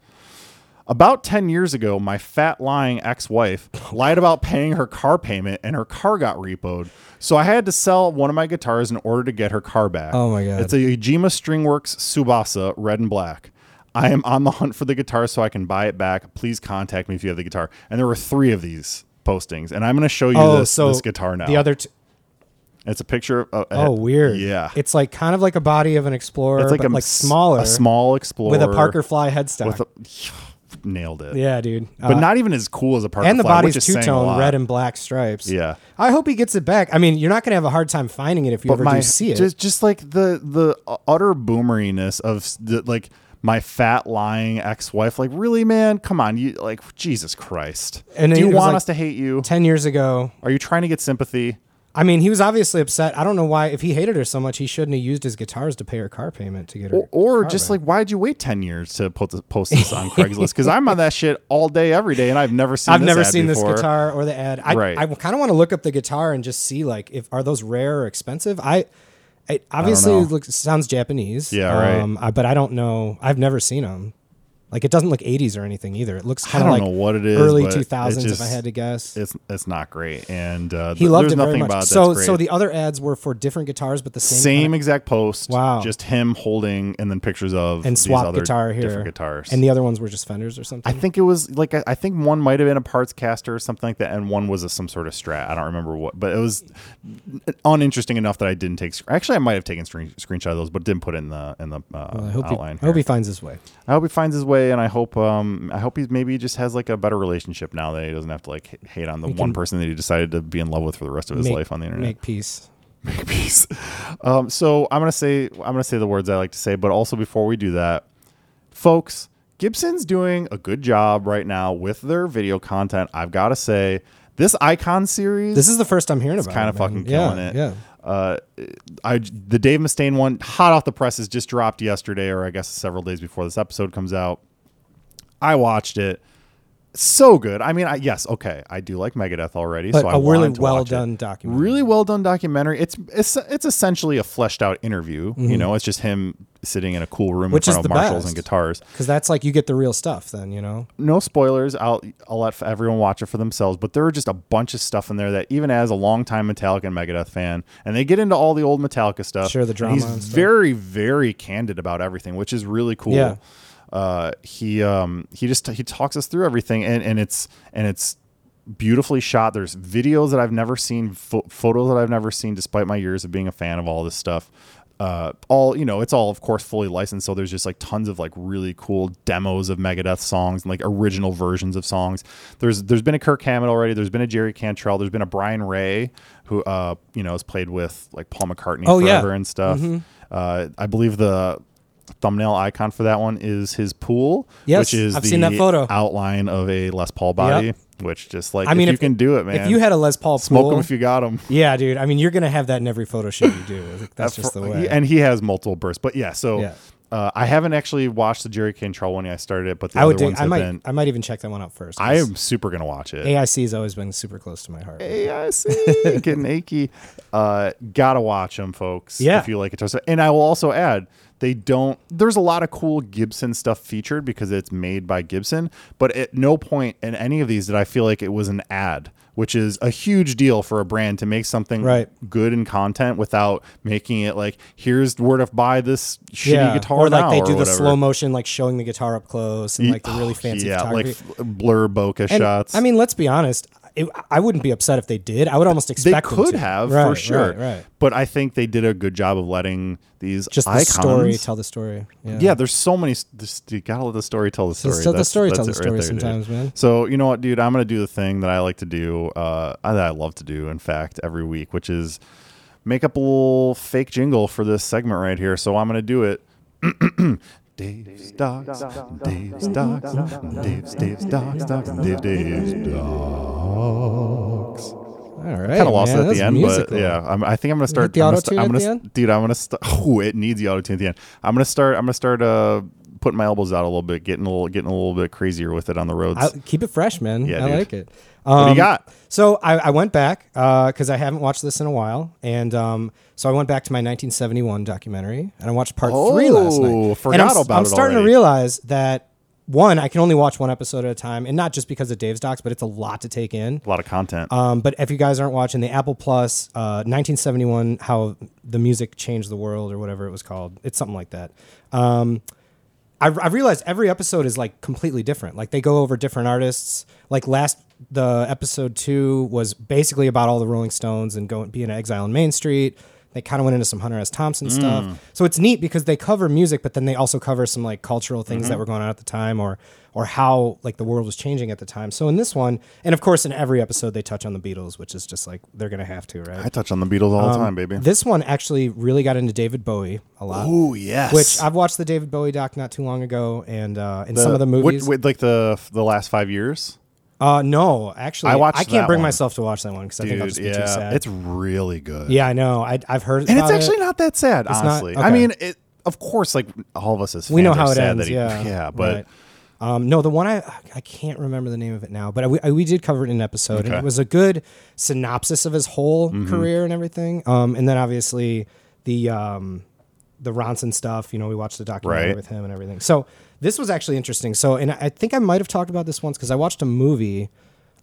S2: About ten years ago, my fat lying
S1: [laughs]
S2: ex wife lied about paying her car payment, and her car got repoed. So I had to sell one of my guitars in order to get her car back.
S1: Oh my God.
S2: It's a Ujima Stringworks Subasa, red and black. I am on the hunt for the guitar so I can buy it back. Please contact me if you have the guitar. And there were three of these postings, and I'm going to show you
S1: Oh,
S2: this,
S1: so
S2: this guitar now.
S1: The other. T-
S2: it's a picture. Of, uh,
S1: oh, weird.
S2: Yeah,
S1: It's like kind of like a body of an explorer,
S2: it's like
S1: but
S2: a
S1: like
S2: s-
S1: smaller,
S2: a small explorer
S1: with a Parker Fly headstock.
S2: with a- [sighs] nailed it.
S1: yeah, dude. Uh,
S2: but not even as cool as a Parker.
S1: and the
S2: Fly,
S1: body's
S2: which is
S1: two
S2: saying a lot.
S1: tone, red and black stripes.
S2: Yeah.
S1: I hope he gets it back. I mean, you're not gonna have a hard time finding it if you ever do see it.
S2: Just, just like the the utter boomeriness of s- the, like my fat lying ex wife. Like really, man, come on, you like Jesus Christ.
S1: And
S2: do
S1: it
S2: you
S1: was
S2: want
S1: like-
S2: us to hate you?
S1: Ten years ago,
S2: Are you trying to get sympathy?
S1: I mean, he was obviously upset. I don't know why. If he hated her so much, he shouldn't have used his guitars to pay her car payment to get her.
S2: Or, or
S1: car
S2: just
S1: back.
S2: like, why'd you wait 10 years to put the, post this on Craigslist? Because I'm on that shit all day, every day, and I've never
S1: [laughs]
S2: seen
S1: I've
S2: this
S1: never
S2: ad
S1: seen
S2: before.
S1: this guitar or the ad. I,
S2: Right.
S1: I kind of want to look up the guitar and just see like if are those rare or expensive. I, it obviously
S2: know.
S1: looks sounds Japanese.
S2: Yeah, right.
S1: Um, I, but I don't know. I've never seen them. Like it doesn't look 80s or anything either. It looks
S2: I
S1: kind
S2: don't
S1: of like
S2: know what it is.
S1: early
S2: but it
S1: 2000s. if I
S2: just-
S1: had to guess,
S2: it's it's not great. And uh,
S1: he
S2: th-
S1: loved
S2: there's
S1: it
S2: nothing
S1: very
S2: about
S1: much.
S2: it
S1: So
S2: that's
S1: so
S2: great.
S1: the other ads were for different guitars, but the same.
S2: same
S1: kinda-
S2: exact post.
S1: Wow.
S2: just him holding and then pictures of
S1: and
S2: these
S1: swap
S2: other
S1: guitar here,
S2: different guitars.
S1: and the other ones were just Fenders or something.
S2: I think it was like I I think one might have been a parts caster or something like that, and one was a, some sort of strat. I don't remember what, but it was uninteresting enough that I didn't take. sc- Actually, I might have taken screen, screenshot of those, but didn't put it in the in the uh,
S1: I hope, he,
S2: outline.
S1: I hope he finds his way.
S2: I hope he finds his way, and I hope um I hope he's maybe he just has like a better relationship now that he doesn't have to like h- hate on the one person that he decided to be in love with for the rest of his life on the internet.
S1: Make peace.
S2: Make peace. Um, so I'm gonna say I'm gonna say the words I like to say, but also before we do that, folks, Gibson's doing a good job right now with their video content. I've got to say, this Icon series.
S1: This is the first I'm hearing about.
S2: Kind
S1: it,
S2: of
S1: man.
S2: fucking
S1: Yeah,
S2: killing it.
S1: Yeah.
S2: Uh, I the Dave Mustaine one, hot off the presses, just dropped yesterday, or I guess several days before this episode comes out. I watched it. So good. I mean, I, yes, okay, I do like Megadeth already,
S1: But
S2: so I
S1: a really
S2: wanted to watch
S1: well
S2: it.
S1: done documentary.
S2: Really well done documentary. It's it's, it's essentially a fleshed out interview. You know, it's just him sitting in a cool room
S1: Mm-hmm. Which
S2: in
S1: is
S2: front
S1: the
S2: of marshals
S1: best.
S2: and guitars.
S1: Because that's like you get the real stuff then, you know?
S2: no spoilers. I'll I'll let everyone watch it for themselves. But there are just a bunch of stuff in there that even as a longtime Metallica and Megadeth fan, and they get into all the old Metallica stuff.
S1: Sure, the
S2: and
S1: drama
S2: He's
S1: and stuff.
S2: very very candid about everything, which is really cool.
S1: Yeah.
S2: Uh, he um he just he talks us through everything, and and it's and it's beautifully shot. There's videos that I've never seen, pho- photos that I've never seen, despite my years of being a fan of all this stuff. Uh, all you know, it's all of course fully licensed. So there's just like tons of like really cool demos of Megadeth songs and like original versions of songs. There's there's been a Kirk Hammett already. There's been a Jerry Cantrell. There's been a Brian Ray who uh you know has played with like Paul McCartney
S1: Oh, yeah.
S2: forever and stuff. Uh, I believe the thumbnail icon for that one is his pool,
S1: Yes,
S2: which is
S1: I've
S2: the
S1: seen that photo.
S2: outline of a Les Paul body.
S1: Yep.
S2: Which just like
S1: I mean,
S2: if, you
S1: if-
S2: can do it, man.
S1: If you had a Les Paul
S2: smoke
S1: pool,
S2: them if you got them.
S1: yeah, dude. I mean, you're gonna have that in every photo shoot you do.
S2: [laughs]
S1: Like, That's just the way.
S2: And he has multiple bursts, but yeah. So
S1: Yeah.
S2: Uh, I haven't actually watched the Jerry Cantrell one. yet. I started it, but the
S1: I would.
S2: other
S1: Dig,
S2: ones
S1: I
S2: have
S1: might.
S2: been.
S1: I might even check that one out first. 'cause
S2: I am super gonna watch it.
S1: AIC has always been super close to my heart.
S2: AIC [laughs] getting achy. Uh, gotta watch them, folks.
S1: Yeah.
S2: if you like guitar stuff. And I will also add, they don't. There's a lot of cool Gibson stuff featured because it's made by Gibson. But at no point in any of these did I feel like it was an ad, which is a huge deal for a brand to make something
S1: Right.
S2: good in content without making it like, here's where to buy this shitty guitar
S1: or like
S2: now
S1: they
S2: or
S1: do the
S2: whatever. Oh,
S1: slow motion, like showing the guitar up close and like the really fancy
S2: yeah, like
S1: photography.
S2: f- blur
S1: And,
S2: bokeh shots.
S1: I mean, let's be honest. It, I wouldn't be upset if they did. I would almost
S2: they
S1: expect them
S2: could
S1: to.
S2: have
S1: Right,
S2: for sure
S1: Right, right.
S2: but i think they did a good job of letting these
S1: Just
S2: icons
S1: the story, tell the story. Yeah.
S2: yeah there's so many s- this, you gotta let the story tell the story
S1: Just tell the
S2: That's-
S1: story,
S2: that's
S1: tell the
S2: it right
S1: story
S2: there, dude.
S1: sometimes, man.
S2: so you know what dude i'm gonna do the thing that i like to do uh that i love to do in fact every week which is [clears throat] make up a little fake jingle for this segment right here so i'm gonna do it Dave's Docs, Dave's Docs, Dave's Dave's Docs, Docs, Dave Dave's Docs.
S1: All right.
S2: Kind of lost
S1: man,
S2: it at
S1: that's
S2: the end,
S1: musical.
S2: but yeah, I'm, I think I'm gonna start.
S1: the
S2: I'm gonna
S1: auto-tune
S2: st- I'm
S1: at
S2: gonna,
S1: the
S2: st-
S1: end?
S2: dude, I'm gonna. [laughs] St- oh, it needs the auto tune at the end. I'm gonna start. I'm gonna start uh, putting my elbows out a little bit, getting a little, getting a little bit crazier with it on the roads.
S1: I, keep it fresh, man.
S2: Yeah,
S1: I
S2: dude.
S1: like it.
S2: what do
S1: Um,
S2: you got?
S1: So I, I went back because I haven't watched this in a while, and um, so I went back to my 1971 documentary, and I watched part three last night.
S2: Oh,
S1: And
S2: forgot
S1: I'm, s-
S2: about
S1: I'm
S2: it
S1: starting to
S2: already.
S1: realize that one, I can only watch one episode at a time, and not just because of Dave's docs, but it's a lot to take in.
S2: A lot of content.
S1: Um, but if you guys aren't watching the Apple Plus uh, 1971, how the music changed the world or whatever it was called, it's something like that. Um, I, I realized every episode is like completely different. Like they go over different artists. Like last the episode two was basically about all the Rolling Stones and going being an exile on Main Street. They kind of went into some Hunter S. Thompson stuff. So it's neat because they cover music, but then they also cover some like cultural things that were going on at the time or or how like the world was changing at the time. So in this one, and of course in every episode they touch on the Beatles, which is just like they're gonna have to, right?
S2: I touch on the Beatles all
S1: um,
S2: the time, baby.
S1: This one actually really got into David Bowie a lot.
S2: Oh yes.
S1: Which I've watched the David Bowie doc not too long ago, and uh, in some of the
S2: what-
S1: movies.
S2: what- like the the last five years.
S1: uh, no, actually,
S2: I watched
S1: can't
S2: that
S1: bring
S2: one.
S1: myself to watch that one because I think I'll just be too sad.
S2: it's really good.
S1: yeah, I know. I, I've heard,
S2: and it's
S1: about it.
S2: actually not that sad,
S1: not-
S2: honestly. I
S1: okay.
S2: mean, it, of course, like all of us as fans
S1: we know
S2: are
S1: how it
S2: sad
S1: ends.
S2: that he, [laughs]
S1: yeah,
S2: but
S1: right. um, no, the one I I can't remember the name of it now, but I, we, I, we did cover it in an episode, and
S2: Okay. Mm-hmm.
S1: it was a good synopsis of his whole career and everything. Um, and then obviously the um, the Ronson stuff. You know, we watched the documentary
S2: Right.
S1: with him and everything. So this was actually interesting. So, and I I think I might have talked about this once because I watched a movie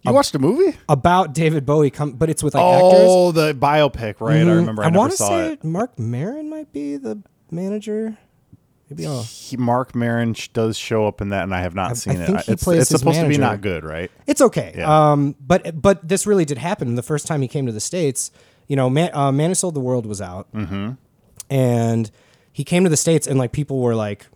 S2: you
S1: Um,
S2: watched a movie?
S1: about David Bowie, come, but it's with like actors.
S2: Oh, the biopic, right? I remember. I, never
S1: want to
S2: saw
S1: say
S2: it.
S1: Mark Maron might be the manager. Maybe I'll-
S2: He- Mark Maron sh- does show up in that, and I have not seen
S1: think
S2: it.
S1: he
S2: it's
S1: plays
S2: it's
S1: his
S2: supposed to be
S1: manager.
S2: not good, right?
S1: It's okay.
S2: Yeah.
S1: Um, but but this really did happen. The first time he came to the states, you know, Man, uh, Man Who Sold the World was out, mm-hmm. and he came to the states, and like people were like,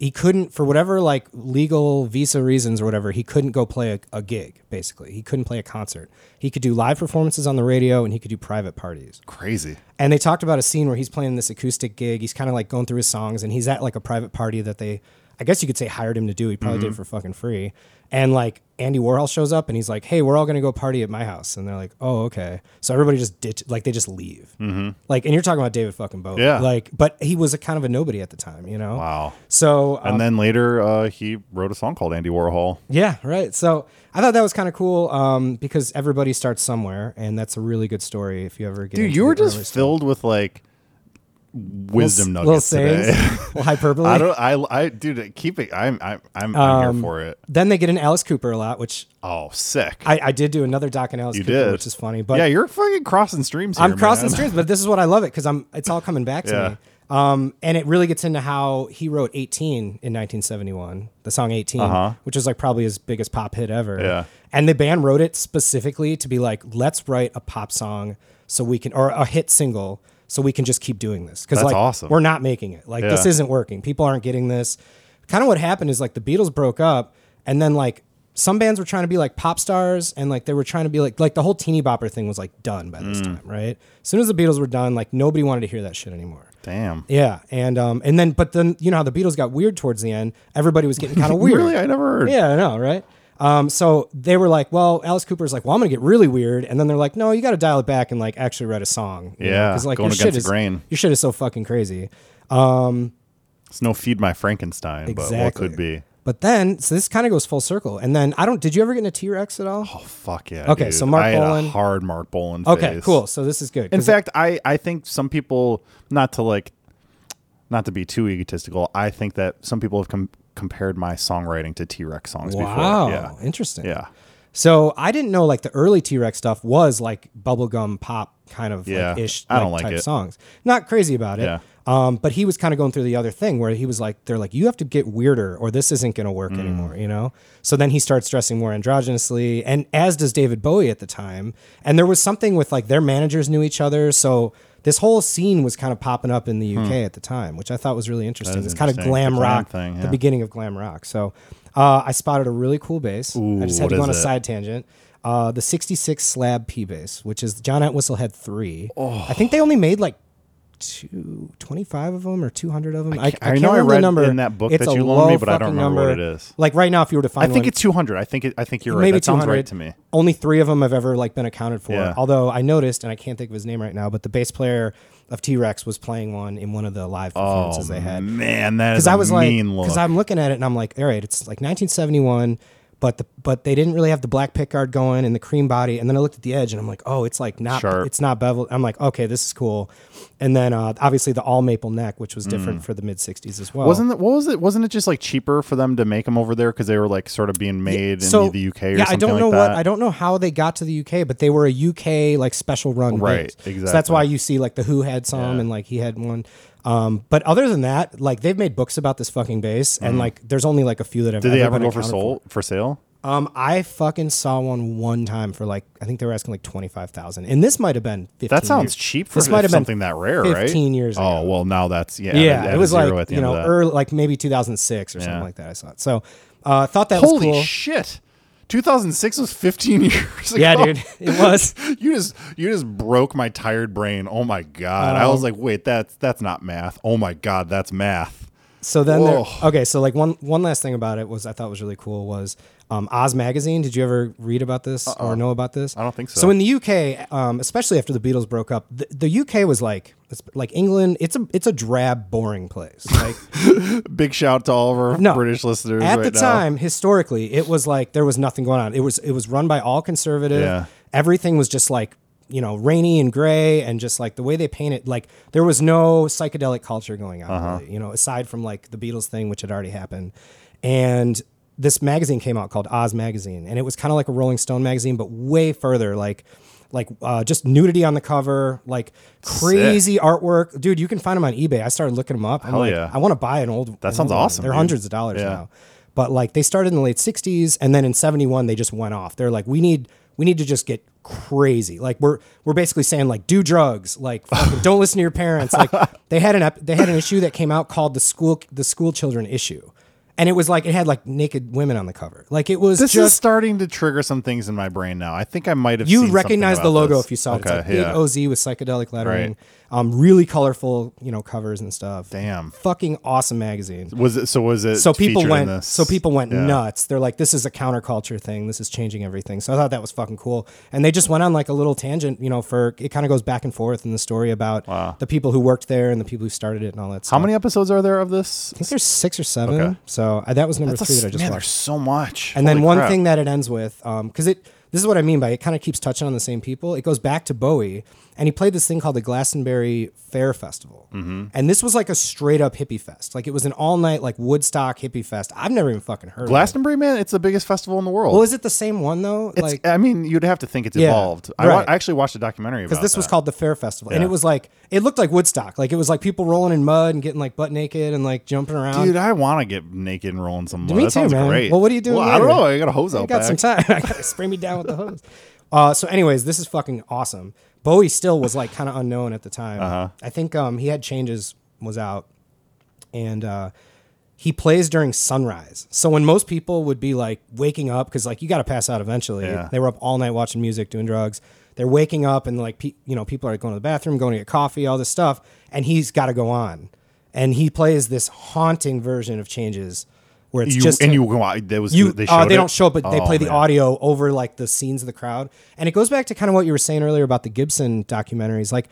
S1: he couldn't for whatever like legal visa reasons or whatever, he couldn't go play a, a gig. Basically, he couldn't play a concert. He could do live performances on the radio, and he could do private parties.
S2: Crazy.
S1: And they talked about a scene where he's playing this acoustic gig. He's kind of like going through his songs, and he's at like a private party that they, I guess you could say, hired him to do. He probably
S2: Mm-hmm.
S1: did it for fucking free. And like Andy Warhol shows up, and he's like, "Hey, we're all gonna go party at my house." And they're like, "Oh, okay." So everybody just ditch, like they just leave. Mm-hmm. Like, and you're talking about David fucking Bowie,
S2: Yeah.
S1: Like, but he was a kind of a nobody at the time, you know.
S2: Wow.
S1: So um,
S2: And then later, uh, he wrote a song called Andy Warhol.
S1: yeah, right. So I thought that was kind of cool um, because everybody starts somewhere, and that's a really good story if you ever get.
S2: Dude,
S1: into
S2: you
S1: the
S2: were just
S1: early stuff.
S2: filled with like wisdom
S1: little
S2: nuggets today.
S1: sayings, little hyperbole.
S2: [laughs] I don't. I.
S1: [laughs]
S2: I. Dude, keep it. I'm. I'm. I'm, I'm
S1: Um,
S2: here for it.
S1: Then they get in Alice Cooper a lot, which
S2: Oh, sick.
S1: I, I did do another doc on Alice
S2: You
S1: Cooper,
S2: did.
S1: which is funny. But
S2: yeah, you're fucking crossing streams. Here,
S1: I'm crossing
S2: man.
S1: streams, but this is what I love it because I'm it's all coming back to
S2: Yeah.
S1: me. Um, and it really gets into how he wrote 18 in 1971, the song 18, which is like probably his biggest pop hit ever.
S2: Uh-huh. Yeah.
S1: And the band wrote it specifically to be like, let's write a pop song so we can, or a hit single so we can just keep doing this. Cause
S2: That's
S1: like,
S2: awesome.
S1: we're not making it. Like, this
S2: Yeah.
S1: isn't working. People aren't getting this. Kind of what happened is like the Beatles broke up and then like, some bands were trying to be like pop stars and like they were trying to be like like the whole teeny bopper thing was like done by
S2: Mm.
S1: this time, right? As soon as the Beatles were done, like nobody wanted to hear that shit anymore.
S2: Damn.
S1: Yeah, and um and then but then you know how the Beatles got weird towards the end, everybody was getting kind
S2: [laughs]
S1: of weird.
S2: Really, I never heard.
S1: Yeah, I know, right? Um, so they were like, well, Alice Cooper's like, well, I'm gonna get really weird, and then they're like, no, you got to dial it back and like actually write a song. you know,
S2: Yeah,
S1: 'cause, like
S2: going
S1: your shit
S2: against the
S1: is
S2: grain.
S1: your shit is so fucking crazy.
S2: It's no feed my Frankenstein, but what
S1: Exactly.
S2: could be?
S1: But then, so this kind of goes full circle, and then I don't. Did you ever get into T Rex at all?
S2: Oh fuck yeah.
S1: Okay,
S2: dude.
S1: so Mark
S2: I had
S1: Bolan-
S2: a hard Mark Bolan.
S1: okay,
S2: phase.
S1: cool. So this is good.
S2: In
S1: 'cause
S2: fact, I I think some people not to like not to be too egotistical. I think that some people have com- compared my songwriting to T Rex songs
S1: Wow,
S2: before. Yeah.
S1: interesting.
S2: Yeah.
S1: So I didn't know like the early T Rex stuff was like bubblegum pop kind of
S2: Yeah,
S1: like, ish
S2: I don't like
S1: type
S2: it.
S1: songs. Not crazy about it.
S2: Yeah.
S1: Um, but he was kind of going through the other thing where he was like, they're like, you have to get weirder or this isn't going to
S2: Mm.
S1: work anymore, you know? So then he starts dressing more androgynously, and as does David Bowie at the time. And there was something with like their managers knew each other. So this whole scene was kind of popping up in the UK at the time, which I thought was really interesting. It's kind of
S2: Hmm. interesting.
S1: glam
S2: The glam
S1: rock,
S2: thing,
S1: the
S2: yeah.
S1: beginning of glam rock. So uh, I spotted a really cool bass. I just had
S2: what
S1: to go on a
S2: is it?
S1: side tangent. Uh, the
S2: Oh.
S1: 66 slab P bass, which is John Entwistle had three. I think they only made like two, 25 of them or 200 of them. I,
S2: I
S1: I
S2: know
S1: can't
S2: I
S1: remember the
S2: read
S1: number.
S2: in that book
S1: It's
S2: that
S1: a
S2: you loaned me,
S1: low
S2: but I don't
S1: fucking
S2: remember what
S1: number.
S2: it is.
S1: Like right now, if you were to
S2: I
S1: find
S2: think
S1: one,
S2: it's 200. I think it, I think you're right.
S1: maybe
S2: That sounds
S1: 200.
S2: right to me.
S1: Only three of them I've ever like been accounted for.
S2: Yeah.
S1: Although I noticed, and I can't think of his name right now, but the bass player of T Rex was playing one in one of the live performances
S2: Oh,
S1: they had.
S2: man, that is
S1: Because I was
S2: a
S1: like,
S2: mean look.
S1: because I'm looking at it and I'm like, all right, it's like 1971, but the but they didn't really have the black pickguard going and the cream body. And then I looked at the edge and I'm like, oh, it's like not
S2: Sharp.
S1: it's not beveled. I'm like, okay, this is cool. And then uh, obviously the all maple neck, which was different for the mid 60s as well.
S2: Mm. wasn't it, what was it? Wasn't it just like cheaper for them to make them over there because they were like sort of being made in the UK or
S1: yeah,
S2: something
S1: I don't
S2: like
S1: know
S2: that?
S1: what I don't know how they got to the UK, but they were a UK like special run,
S2: Right,
S1: band. So that's
S2: exactly.
S1: why you see like the Who had some and like he had one. Um, but other than that, like they've made books about this fucking bass, and like there's only like a few that have.
S2: Mm. Did they ever
S1: been
S2: go for
S1: accounted
S2: soul for sale?
S1: Um, I fucking saw one one time for like I think they were asking like twenty five thousand, and this might have been fifteen.
S2: That sounds
S1: years-
S2: cheap for
S1: This might
S2: if
S1: have been
S2: something that rare, right?
S1: 15 years
S2: Oh
S1: ago.
S2: well, now that's yeah.
S1: Yeah,
S2: add a-
S1: it
S2: add a
S1: was
S2: zero
S1: like
S2: at the
S1: you
S2: end
S1: know,
S2: of that.
S1: early, like maybe two thousand six or
S2: Yeah.
S1: something like that. I saw it, so uh, thought that
S2: Holy
S1: was cool.
S2: shit! 2006 was 15 [laughs] years ago.
S1: yeah, dude, [laughs] it was.
S2: [laughs] You just you just broke my tired brain. Oh my god! I
S1: Um,
S2: was like, wait, that's that's not math. Oh my god, that's math.
S1: So then, there,
S2: Whoa.
S1: okay. So like one one last thing about it was I thought was really cool was um, Oz magazine. Did you ever read about this or know about this?
S2: Uh-uh. I don't think so.
S1: So in the UK, um, especially after the Beatles broke up, the, the UK was like it's- like England. It's a it's a drab, boring place. Like
S2: Big shout to all of our
S1: No.
S2: British listeners
S1: at
S2: right
S1: the
S2: now.
S1: time historically it was like there was nothing going on it was it was run by all conservative
S2: Yeah.
S1: everything was just like you know rainy and gray and just like the way they painted like there was no psychedelic culture going on
S2: Uh-huh.
S1: really, you know aside from like the beatles thing which had already happened and this magazine came out called oz magazine and it was kind of like a rolling stone magazine but way further like like uh, just nudity on the cover like crazy artwork dude you can find them on ebay i started looking them up i'm
S2: Hell
S1: like
S2: yeah.
S1: i want to buy an old
S2: That
S1: an
S2: sounds
S1: old one.
S2: awesome,
S1: they're
S2: dude.
S1: hundreds of dollars
S2: Yeah.
S1: now but like they started in the late 60s and then in 71 they just went off they're like we need we need to just get crazy like we're we're basically saying like do drugs like fucking don't listen to your parents
S2: [laughs]
S1: like they had an ep- they had an issue that came out called the school the school children issue and it was like it had like naked women on the cover like it was
S2: This is
S1: just
S2: starting to trigger some things in my brain now. I think I might have.
S1: you
S2: seen
S1: recognize the
S2: something about
S1: logo
S2: this.
S1: if you saw it
S2: Okay,
S1: it's like oh big
S2: yeah.
S1: oz with psychedelic lettering
S2: Right.
S1: um really colorful you know covers and stuff
S2: Damn.
S1: fucking awesome magazine
S2: Was it? So was it?
S1: so people
S2: featured in
S1: went
S2: this?
S1: so people went
S2: Yeah.
S1: nuts they're like this is a counterculture thing this is changing everything so i thought that was fucking cool and they just went on like a little tangent you know for it kind of goes back and forth in the story about the people who worked there and the people who started it and all that
S2: How
S1: stuff
S2: many episodes are there of this?
S1: i think there's six or seven
S2: Okay.
S1: so uh, that was number
S2: That's
S1: three
S2: a-
S1: that i just
S2: man,
S1: watched
S2: there's so much.
S1: and then
S2: Holy
S1: one
S2: crap.
S1: thing that it ends with, because it this is what I mean by it kind of keeps touching on the same people. It goes back to Bowie, and he played this thing called the Glastonbury Fair Festival,
S2: Mm-hmm.
S1: and this was like a straight up hippie fest. Like it was an all night like Woodstock hippie fest. I've never even fucking heard. of
S2: Glastonbury, man, it's the biggest festival in the world.
S1: it. Well, is it the same one though?
S2: It's-
S1: like
S2: I mean, you'd have to think it's
S1: Yeah,
S2: evolved. I, wa-
S1: right.
S2: I actually watched a documentary about
S1: because this was
S2: that.
S1: called the Fair Festival, and
S2: Yeah.
S1: it was like it looked like Woodstock. Like it was like people rolling in mud and getting like butt naked and like jumping around.
S2: Dude, I want to get naked and roll in some mud.
S1: me
S2: that
S1: too,
S2: sounds
S1: man.
S2: great.
S1: Well, what are you doing
S2: Well, I don't
S1: later?
S2: know. I got a hose
S1: I
S2: out
S1: got
S2: back.
S1: some time. [laughs] I gotta spray me down with the hose. Uh, so, anyways, this is fucking awesome. Bowie still was like kind of unknown at the time.
S2: Uh-huh.
S1: I think um, he had changes was out, and uh, he plays during sunrise. So when most people would be like waking up because like you got to pass out eventually.
S2: Yeah.
S1: They were up all night watching music, doing drugs. They're waking up and like pe- you know people are going to the bathroom, going to get coffee, all this stuff, and he's got to go on. And he plays this haunting version of changes where it's
S2: You,
S1: just
S2: and
S1: him-
S2: you go out. There was,
S1: you
S2: they
S1: they,
S2: showed
S1: they
S2: it?
S1: don't show it, but they
S2: Oh,
S1: play the
S2: man.
S1: audio over like the scenes of the crowd and it goes back to kind of what you were saying earlier about the gibson documentaries like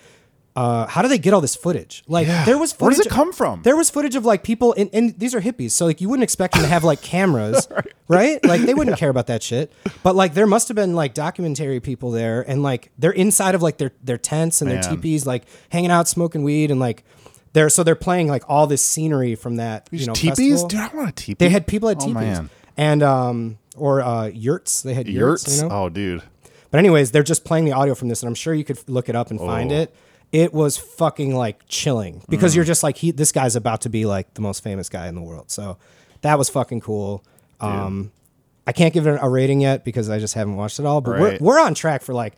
S1: uh, how do they get all this footage like there was footage
S2: Where does it come from?
S1: there was footage of like people in, and these are hippies so like you wouldn't expect them to have like
S2: [laughs]
S1: cameras right. like they wouldn't care about that shit but like there must have been like documentary people there and like they're inside of like their their tents and
S2: Man.
S1: their teepees like hanging out smoking weed and like they're so they're playing like all this scenery from that you know
S2: teepees?
S1: festival.
S2: Dude, I want a teepee.
S1: They had people at
S2: Oh,
S1: teepees
S2: man.
S1: and um or uh yurts. They had yurts,
S2: yurts.
S1: you know.
S2: Oh, dude.
S1: But anyways, they're just playing the audio from this, and I'm sure you could f- look it up and find
S2: Oh. Mm.
S1: it. It was fucking like chilling because you're just like he. This guy's about to be like the most famous guy in the world. So that was fucking cool. Um, I can't give it a rating yet because I just haven't watched it all. But
S2: Right.
S1: we're we're on track for like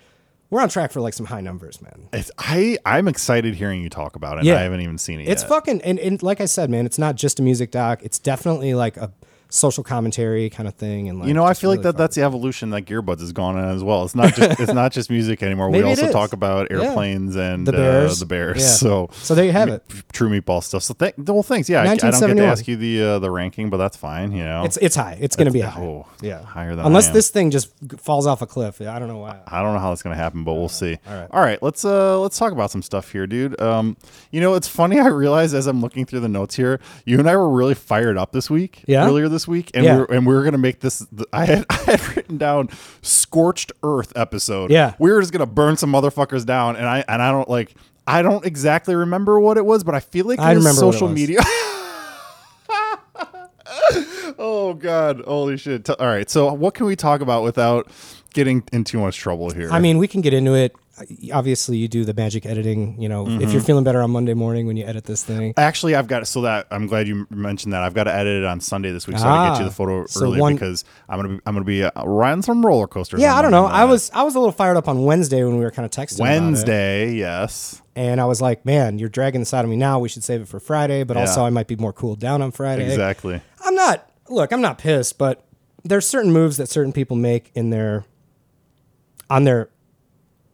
S1: we're on track for like some high numbers, man.
S2: It's, I, I'm excited hearing you talk about it. and
S1: Yeah.
S2: I haven't even seen it
S1: It's
S2: yet.
S1: fucking and, and like I said, man, it's not just a music doc. It's definitely like a social commentary kind of thing. And like,
S2: You know, I
S1: just
S2: feel like
S1: really
S2: that
S1: fun.
S2: that's the evolution that Gearbuds has gone on as well. It's not just it's not just music anymore. we
S1: Maybe it
S2: also
S1: is.
S2: talk about
S1: Yeah.
S2: airplanes and
S1: The Bears.
S2: Uh, the bears.
S1: Yeah.
S2: So
S1: So there you have it.
S2: true meatball stuff. So th- well, thanks. Yeah, I, I don't get to
S1: 1971.
S2: ask you the uh, the ranking, but that's fine. You know,
S1: It's it's high. It's going to be high.
S2: oh,
S1: yeah,
S2: higher than I
S1: unless
S2: am.
S1: this thing just g- falls off a cliff. I don't know why.
S2: I don't know how that's gonna happen, but we'll see. All
S1: Uh, right.
S2: all right. Let's uh let's talk about some stuff here, dude. Um, you know, it's funny. [laughs] I realized as I'm looking through the notes here, you and I were really fired up this week.
S1: Yeah?
S2: earlier this week, and
S1: Yeah.
S2: we were, and we were gonna make this. th- I had [laughs] I had written down scorched earth episode.
S1: Yeah.
S2: we were just gonna burn some motherfuckers down, and I and I don't like. I don't exactly remember what it was, but I feel like it
S1: I
S2: was
S1: remember what it
S2: social
S1: was.
S2: media. [laughs] oh God! Holy shit! T- All right, so what can we talk about without getting in too much trouble here?
S1: I mean, we can get into it. Obviously, you do the magic editing. You know,
S2: Mm-hmm.
S1: if you're feeling better on Monday morning when you edit this thing,
S2: Actually, I've got so that I'm glad you mentioned that. I've got to edit it on Sunday this week, so I can get you
S1: Ah,
S2: the photo
S1: so
S2: early
S1: one-
S2: because I'm gonna be, I'm gonna be uh, riding some roller coasters.
S1: yeah,
S2: on
S1: I don't know.
S2: Monday
S1: I
S2: night.
S1: was I was a little fired up on Wednesday when we were kind of texting. about it.
S2: Wednesday. Yes,
S1: and I was like, man, you're dragging this out of me now. We should save it for Friday, but also
S2: Yeah.
S1: I might be more cooled down on Friday.
S2: exactly.
S1: I'm not. Look, I'm not pissed, but there's certain moves that certain people make in their on their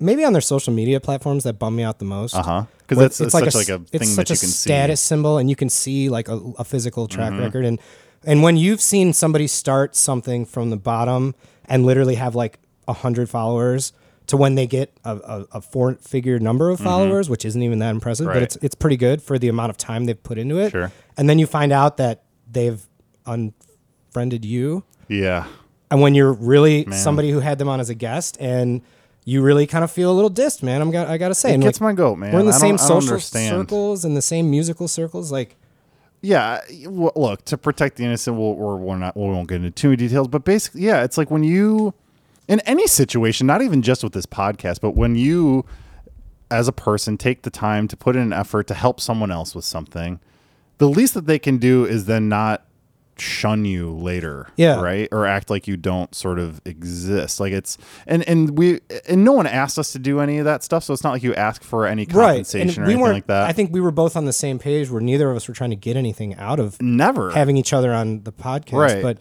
S1: maybe on their social media platforms that bum me out the most.
S2: Uh huh. Because
S1: Where
S2: that's it's such like a
S1: it's
S2: thing
S1: such
S2: that you
S1: a
S2: can Mm-hmm.
S1: status symbol, and you can see like a, a physical track record. And and when you've seen somebody start something from the bottom and literally have like a hundred followers to when they get a, a, a four figure number of followers, which isn't even that impressive,
S2: Mm-hmm. Right.
S1: but it's it's pretty good for the amount of time they've put into it.
S2: Sure.
S1: And then you find out that they've unfriended you
S2: see. Yeah.
S1: and when you're really somebody who had them on as a guest and you really kind of feel a little dissed, man. I'm got I gotta say, and,
S2: gets my goat, man.
S1: We're in the
S2: I
S1: same
S2: don't- I don't
S1: social
S2: understand.
S1: circles and the same musical circles. Like,
S2: yeah w- look to protect the innocent we'll, we're, we're not we won't get into too many details but basically yeah it's like when you in any situation not even just with this podcast but when you as a person take the time to put in an effort to help someone else with something the least that they can do is then not shun you later
S1: Yeah.
S2: right or act like you don't sort of exist like it's and and we and no one asked us to do any of that stuff so it's not like you ask for any
S1: right?
S2: compensation
S1: And
S2: or
S1: we
S2: anything
S1: weren't.
S2: like that
S1: I think we were both on the same page where neither of us were trying to get anything out of
S2: never
S1: having each other on the podcast.
S2: Right.
S1: But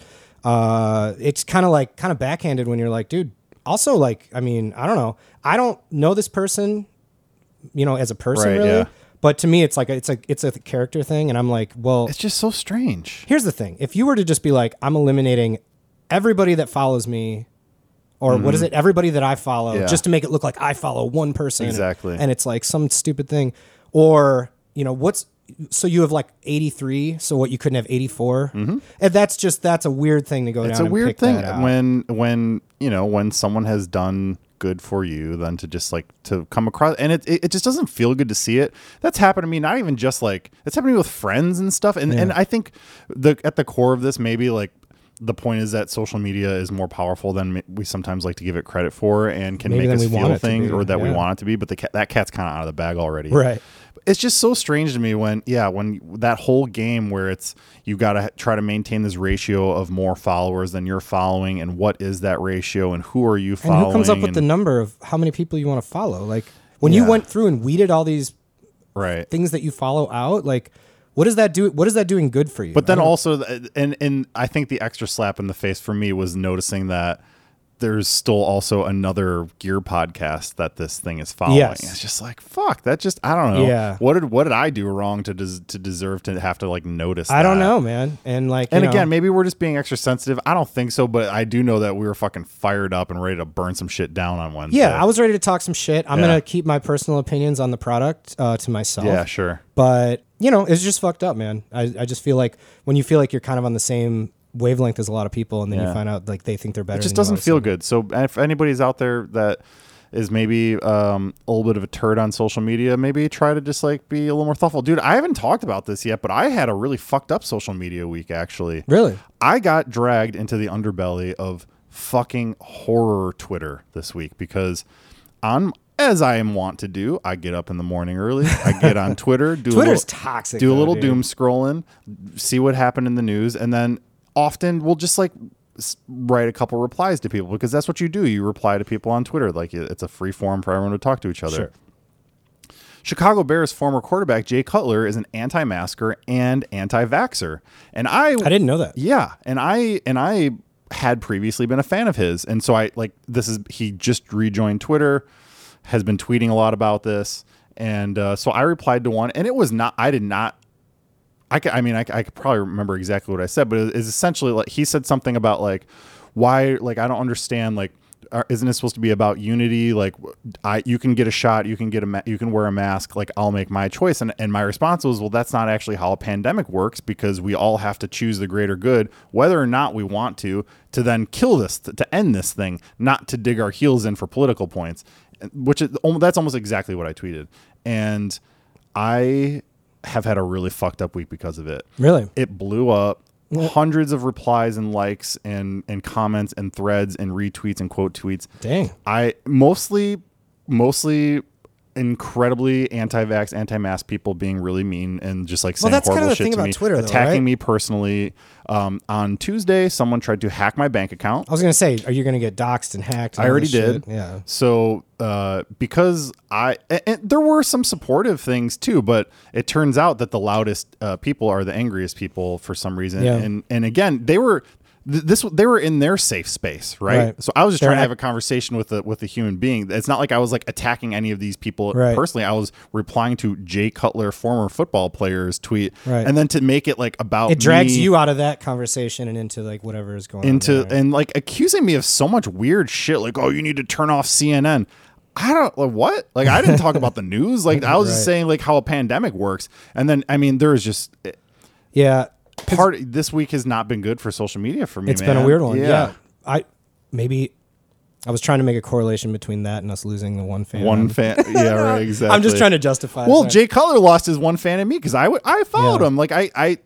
S1: uh, it's kind of like kind of backhanded when you're like, dude. Also, like, I mean, I don't know. I don't know this person, you know, as a person
S2: Right,
S1: really.
S2: yeah.
S1: But to me, it's like a, it's a it's a character thing, and I'm like, well,
S2: it's just so strange
S1: here's the thing if you were to just be like i'm eliminating everybody that follows me or what is it everybody that i follow
S2: Mm-hmm. Yeah.
S1: just to make it look like i follow one person
S2: Exactly.
S1: and it's like some stupid thing or you know what's so you have like 83 so what you couldn't have 84 and that's just that's a weird thing to go down
S2: Mm-hmm. it's a
S1: and
S2: weird
S1: pick
S2: thing
S1: that out.
S2: when when you know when someone has done good for you then to just like to come across and it, it, it just doesn't feel good to see it that's happened to me not even just like it's happened to me with friends and stuff and and i think the at the core of this maybe like the point is that social media is more powerful than ma- we sometimes like to give it credit for and can
S1: Maybe
S2: make
S1: than
S2: us
S1: we want
S2: feel
S1: it to
S2: things
S1: be,
S2: or that we
S1: yeah.
S2: want it to be but the cat, that cat's kind of out of the bag already
S1: Right.
S2: it's just so strange to me when yeah when that whole game where it's you got to try to maintain this ratio of more followers than you're following and what is that ratio and who are you
S1: and
S2: following
S1: who comes up with the
S2: and-
S1: number of how many people you want to follow like when
S2: Yeah.
S1: you went through and weeded all these
S2: right
S1: things that you follow out like what does that do what is that doing good for you
S2: but then also th- and and I think the extra slap in the face for me was noticing that there's still also another gear podcast that this thing is following
S1: Yes.
S2: it's just like fuck that just I don't know
S1: Yeah.
S2: what did what did I do wrong to des- to deserve to have to like notice
S1: I don't
S2: that?
S1: know, man. And like,
S2: And
S1: you know,
S2: again, maybe we're just being extra sensitive. I don't think so, but I do know that we were fucking fired up and ready to burn some shit down on Wednesday.
S1: yeah, I was ready to talk some shit. I'm
S2: Yeah.
S1: gonna keep my personal opinions on the product uh, to myself.
S2: yeah, sure.
S1: But you know, it's just fucked up, man. I, I just feel like when you feel like you're kind of on the same wavelength as a lot of people, and then
S2: Yeah.
S1: you find out like they think they're better.
S2: It just
S1: than you
S2: doesn't
S1: are,
S2: feel good. So if anybody's out there that is maybe um, a little bit of a turd on social media, maybe try to just like be a little more thoughtful, dude. I haven't talked about this yet, but I had a really fucked up social media week actually.
S1: so- really.
S2: I got dragged into the underbelly of fucking horror Twitter this week because on as I am wont to do, I get up in the morning early, I
S1: [laughs]
S2: get on Twitter, do a
S1: Twitter's
S2: little,
S1: toxic,
S2: do a
S1: though,
S2: little
S1: dude.
S2: doom scrolling, see what happened in the news, and then often we'll just like s- write a couple replies to people because that's what you do. You reply to people on Twitter, like it- it's a free forum for everyone to talk to each other. Chicago Bears former quarterback Jay Cutler is an anti-masker and anti-vaxer, and I
S1: I didn't know that.
S2: yeah, and I and I had previously been a fan of his, and so I like this is he just rejoined Twitter, has been tweeting a lot about this, and uh, so I replied to one, and it was not I did not. I, ca- I mean, I, ca- I could probably remember exactly what I said, but it is essentially like he said something about like why, like I don't understand, like are, isn't it supposed to be about unity? Like w- I, you can get a shot, you can get a, ma- you can wear a mask. Like I'll make my choice, and and my response was, well, that's not actually how a pandemic works because we all have to choose the greater good, whether or not we want to, to then kill this, to, to end this thing, not to dig our heels in for political points, which is almo- that's almost exactly what I tweeted, and I have had a really fucked up week because of it.
S1: Really?
S2: It blew up. Hundreds of replies and likes and and comments and threads and retweets and quote tweets.
S1: Dang.
S2: I mostly mostly incredibly anti-vax, anti-mask people being really mean and just like saying
S1: that's
S2: horrible
S1: kinda the
S2: shit
S1: thing
S2: to
S1: about
S2: me,
S1: Twitter, though,
S2: attacking
S1: right?
S2: me personally. Um, on Tuesday, someone tried to hack my bank account.
S1: I was gonna say, are you gonna get doxxed and hacked? and
S2: I
S1: all
S2: already
S1: this shit?
S2: did.
S1: Yeah.
S2: So uh, because I and, and there were some supportive things too, but it turns out that the loudest uh, people are the angriest people for some reason.
S1: Yeah.
S2: And and again, they were th- this they were in their safe space, right?
S1: Right.
S2: So I was just
S1: They're
S2: trying to
S1: at-
S2: have a conversation with a with a human being. It's not like I was like attacking any of these people
S1: Right.
S2: personally. I was replying to Jay Cutler, former football player's tweet,
S1: Right.
S2: and then to make it like about
S1: It drags
S2: me-
S1: you out of that conversation and into like whatever is going on.
S2: into
S1: there.
S2: and like accusing me of so much weird shit like oh you need to turn off cnn i don't like what like i didn't talk about the news
S1: [laughs]
S2: like i was just
S1: Right.
S2: saying like how a pandemic works and then i mean there's just eh,
S1: yeah.
S2: part this week has not been good for social media for me
S1: It's
S2: man.
S1: been a weird one. Yeah. I maybe I was trying to make a correlation between that and us losing the one fan.
S2: one fan yeah right
S1: [laughs]
S2: exactly
S1: I'm just trying to justify. it.
S2: well
S1: Sorry.
S2: jay Cutler lost his one fan in me because i would i followed him like i i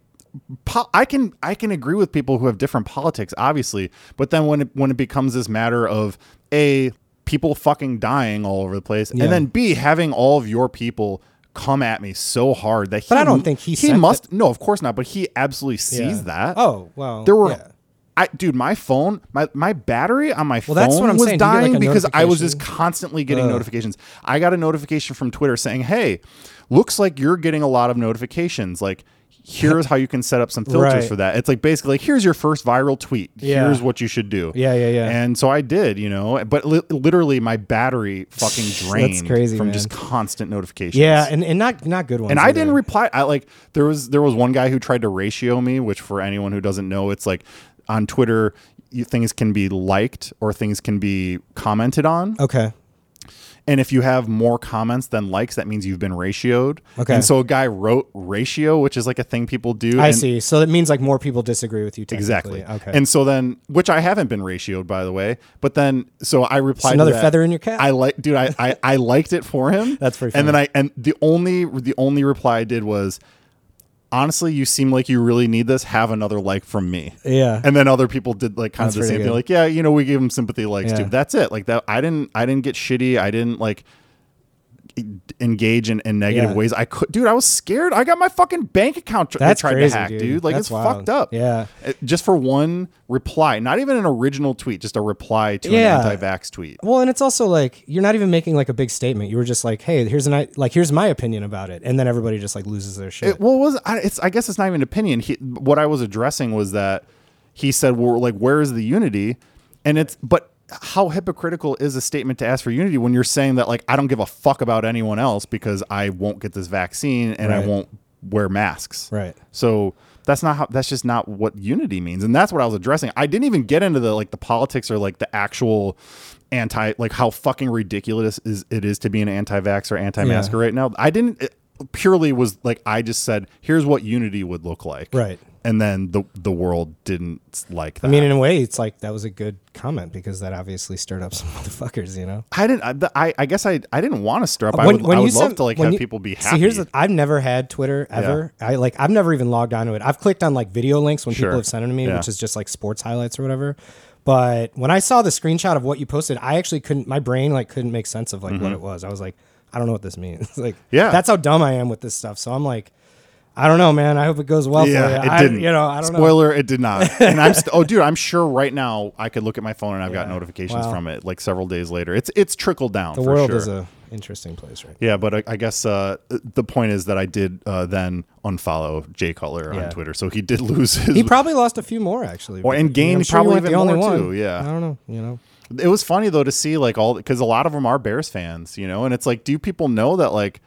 S2: po- I can I can agree with people who have different politics, obviously, but then when it, when it becomes this matter of a people fucking dying all over the place,
S1: Yeah.
S2: and then b having all of your people come at me so hard that he,
S1: But I don't think he
S2: he
S1: sent
S2: must no, of course not, but he absolutely
S1: Yeah.
S2: sees that.
S1: Oh well.
S2: There were,
S1: yeah.
S2: I dude, my phone, my my battery on my phone
S1: that's what I'm
S2: was
S1: saying. Do you get, like,
S2: dying
S1: a
S2: because I was just
S1: notification?
S2: constantly getting notifications. I got a notification from Twitter saying, "Hey, looks like you're getting a lot of notifications. Like,
S1: [laughs]
S2: here's how you can set up some filters
S1: Right.
S2: for that. It's like basically, like, here's your first viral tweet.
S1: Yeah.
S2: Here's what you should do.
S1: Yeah, yeah, yeah.
S2: And so I did, you know, but li- literally my battery fucking drained
S1: crazy,
S2: from
S1: man.
S2: just constant notifications.
S1: Yeah, and, and not not good ones.
S2: And I
S1: either.
S2: didn't reply. I like there was there was one guy who tried to ratio me, which for anyone who doesn't know, it's like on Twitter, you, things can be liked or things can be commented on.
S1: Okay.
S2: And if you have more comments than likes, that means you've been ratioed.
S1: Okay.
S2: And so a guy wrote ratio, which is like a thing people do.
S1: I
S2: and-
S1: see. So that means like more people disagree with you. technically.
S2: Exactly.
S1: Okay.
S2: And so then, which I haven't been ratioed by the way, but then so I replied. to
S1: another
S2: that.
S1: feather in your cap.
S2: I like, dude. I, I I liked it for him.
S1: [laughs] That's pretty
S2: And then I and the only the only reply I did was, honestly, you seem like you really need this. Have another like from me.
S1: yeah.
S2: And then other people did like kind
S1: That's
S2: of the
S1: pretty
S2: same thing.
S1: good.
S2: Like, yeah, you know, we gave him sympathy likes
S1: Yeah.
S2: too. That's it. Like that. I didn't. I didn't get shitty. I didn't like e, engage in, in negative
S1: Yeah.
S2: ways. I could, dude. I was scared. I got my fucking bank account tr-
S1: That's
S2: tried
S1: crazy,
S2: to hack, dude.
S1: dude.
S2: Like
S1: That's
S2: it's
S1: wild.
S2: fucked up.
S1: Yeah.
S2: Uh, Just for one reply, not even an original tweet, just a reply to
S1: Yeah.
S2: an anti-vax tweet.
S1: well, and it's also like you're not even making like a big statement. You were just like, "Hey, here's an I- like here's my opinion about it," and then everybody just like loses their shit.
S2: It, well, it was I, it's? I guess it's not even an opinion. He, what I was addressing was that he said, "Well, like, where is the unity?" And it's, but how hypocritical is a statement to ask for unity when you're saying that, like, I don't give a fuck about anyone else because I won't get this vaccine and I
S1: Right.
S2: won't wear masks.
S1: right.
S2: So that's not how that's just not what unity means. And that's what I was addressing. I didn't even get into the like the politics or like the actual anti like how fucking ridiculous is it is to be an anti-vax or anti-masker right now. I didn't it purely was like I just said here's what unity would look like.
S1: Right.
S2: And then the the world didn't like that.
S1: I mean, in a way, it's like that was a good comment because that obviously stirred up [laughs] some motherfuckers, you know.
S2: I didn't. I, the- I, I guess I. I didn't want to stir up. I would. I would love
S1: sent-
S2: to like
S1: Uh, when
S2: have
S1: you-
S2: people be happy.
S1: See, here's the. I've never had Twitter ever. I like. I've never even logged onto it. I've clicked on like video links when
S2: Sure.
S1: people have sent them to me,
S2: Yeah.
S1: which is just like sports highlights or whatever. But when I saw the screenshot of what you posted, I actually couldn't. My brain like couldn't make sense of like what it was. I was like, I don't know what this means. [laughs] like,
S2: Mm-hmm. Yeah.
S1: that's how dumb I am with this stuff. So I'm like, I don't know, man. I hope it goes well. for you.
S2: Yeah, it
S1: I-
S2: didn't.
S1: You know, I don't know.
S2: Spoiler, it did not.
S1: [laughs]
S2: And I'm st- oh, dude, I'm sure right now I could look at my phone and I've got
S1: Yeah.
S2: notifications
S1: Wow.
S2: from it like several days later. It's it's trickled down.
S1: The
S2: for
S1: world
S2: sure.
S1: is a Interesting place, right?
S2: Yeah, but I, I guess uh, the point is that I did uh, then unfollow Jay Cutler
S1: Yeah.
S2: on Twitter, so he did [laughs] lose his.
S1: He probably lost a few more actually.
S2: Well, and
S1: I'm
S2: gained
S1: you
S2: probably
S1: weren't
S2: even more, too, yeah.
S1: I don't know. You know.
S2: it was funny though to see like all because a lot of them are Bears fans, you know, and it's like, do people know that like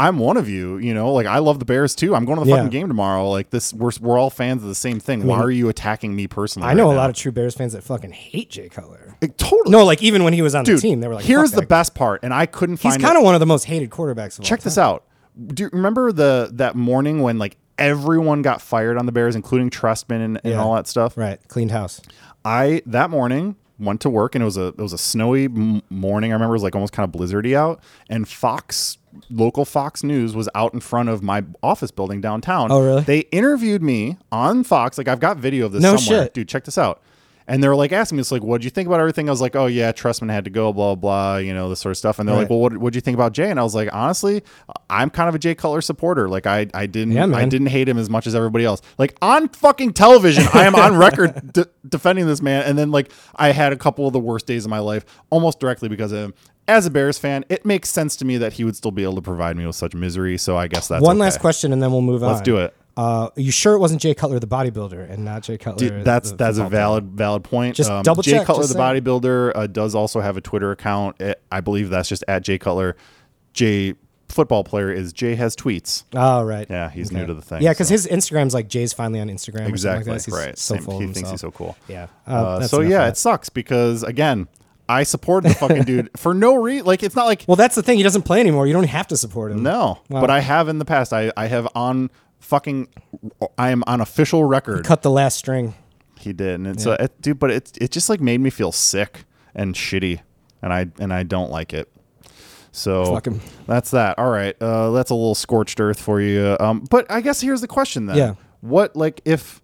S2: I'm one of you, you know, like I love the Bears too. I'm going to the
S1: Yeah.
S2: fucking game tomorrow. Like this, we're we're all fans of the same thing. Why are you attacking me personally?
S1: I know
S2: right
S1: a
S2: now?
S1: lot of true Bears fans that fucking hate Jay Cutler.
S2: Like, totally.
S1: No, like even when he was on
S2: dude.
S1: the team, they were like,
S2: here's
S1: "Fuck
S2: the
S1: that
S2: best part, and I couldn't
S1: guy."
S2: find.
S1: He's
S2: it.
S1: kind of one of the most hated quarterbacks of all
S2: check this out. Do you remember the that morning when like everyone got fired on the Bears, including Trustman and, and
S1: Yeah.
S2: all that stuff?
S1: time. Right, cleaned house.
S2: I that morning went to work and it was a it was a snowy m- morning. I remember it was like almost kind of blizzardy out, and Fox local Fox News was out in front of my office building downtown.
S1: Oh, really?
S2: They interviewed me on Fox. Like I've got video of this
S1: No
S2: somewhere,
S1: shit.
S2: dude. Check this out. And they're like asking me, it's like, what'd you think about everything? I was like, oh yeah, Trustman had to go, blah blah, you know, this sort of stuff. And they're like,
S1: Right.
S2: well, what what'd you think about Jay? And I was like, honestly, I'm kind of a Jay Cutler supporter. Like I I didn't
S1: Yeah,
S2: I
S1: man.
S2: didn't hate him as much as everybody else. Like on fucking television, I
S1: [laughs]
S2: am on record de- defending this man. And then like I had a couple of the worst days of my life almost directly because of him. As a Bears fan, it makes sense to me that he would still be able to provide me with such misery. So I guess that's
S1: One
S2: okay.
S1: last question, and then we'll move on.
S2: Let's do it.
S1: Uh, are you sure it wasn't Jay Cutler, the bodybuilder, and not Jay Cutler?
S2: Dude, that's
S1: the
S2: that's a
S1: football
S2: valid valid point. Um,
S1: Just double
S2: Jay
S1: check,
S2: Cutler,
S1: just
S2: the
S1: saying.
S2: bodybuilder, uh, does also have a Twitter account. It, I believe that's just at Jay Cutler. Jay football player is Jay has tweets.
S1: player? Oh, right.
S2: Yeah, he's new to the thing.
S1: Yeah, because
S2: so.
S1: his Instagram's like Jay's finally on Instagram. or something like
S2: exactly
S1: that. He's
S2: right.
S1: So
S2: Same-
S1: full
S2: he
S1: of
S2: thinks he's so
S1: himself.
S2: cool.
S1: Yeah. Uh,
S2: Uh,
S1: that's
S2: so
S1: enough
S2: yeah,
S1: of
S2: it
S1: that.
S2: sucks because again, I support the fucking
S1: [laughs]
S2: dude for no reason. Like it's not like
S1: well, that's the thing. He doesn't play anymore. You don't have to support him.
S2: no,
S1: Wow.
S2: but I have in the past. I I have on fucking I am on official record.
S1: Cut the last string.
S2: He did, and it's uh, it, dude, but it it just like made me feel sick and shitty, and I and I don't like it. So
S1: Fuck him.
S2: that's that. All right, uh, that's a little scorched earth for you. Um, but I guess here's the question then.
S1: Yeah.
S2: What like if,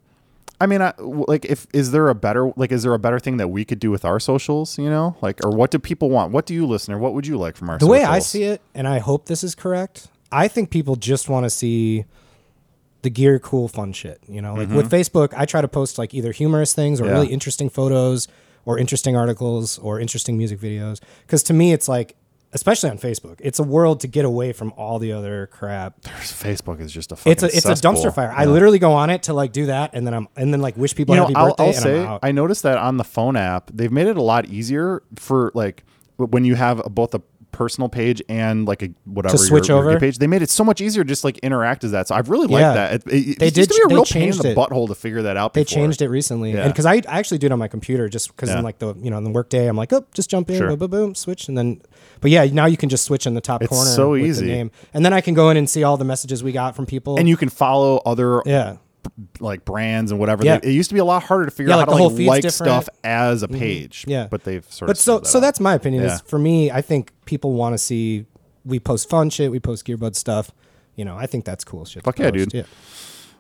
S2: I mean, I, w- like if is there a better like is there a better thing that we could do with our socials? You know, like or what do people want? What do you listener? What would you like from our?
S1: The way I see it, and I hope this is correct, I think people just want to see the gear cool fun shit. You know, like with Facebook, I try to post like either humorous things or
S2: Mm-hmm. Yeah.
S1: really interesting photos or interesting articles or interesting music videos. Because to me, it's like, especially on Facebook, it's a world to get away from all the other crap.
S2: Facebook is just a fucking
S1: It's a it's
S2: cesspool.
S1: a dumpster fire. I literally go on it to like do that, and then I'm and then like wish people
S2: you know,
S1: happy
S2: I'll,
S1: birthday.
S2: I'll
S1: and
S2: say
S1: I'm out.
S2: I noticed that on the phone app, they've made it a lot easier for like w- when you have a- both a personal page and like a whatever
S1: switch
S2: your, your
S1: over?
S2: page. They made it so much easier to just like interact as that. So I've really liked
S1: Yeah.
S2: that. It, it, it
S1: They
S2: used to
S1: did-
S2: be a
S1: they
S2: real pain in
S1: changed
S2: the
S1: it.
S2: butthole to figure that out.
S1: They changed it recently,
S2: Yeah.
S1: and because I, I actually do it on my computer, just because
S2: Yeah.
S1: I'm like the you know on the workday, I'm like, oh, just jump in,
S2: Sure.
S1: boom, boom, boom, switch, and then, but yeah, now you can just switch in the top corner.
S2: so
S1: with the
S2: easy.
S1: name, and then I can go in and see all the messages we got from people,
S2: and you can follow other
S1: yeah,
S2: like brands and whatever.
S1: Yeah.
S2: They- it used to be a lot harder to figure
S1: Yeah, like
S2: out how
S1: the
S2: to
S1: whole
S2: like,
S1: feed's
S2: like
S1: different. Mm-hmm.
S2: stuff as a page.
S1: Yeah.
S2: but they've sort
S1: but
S2: of
S1: so
S2: sorted that
S1: so
S2: out.
S1: that's my opinion.
S2: Yeah.
S1: Is for me, I think people want to see we post fun shit, we post Gearbud stuff. You know, I think that's cool shit. to
S2: Fuck yeah,
S1: post,
S2: dude.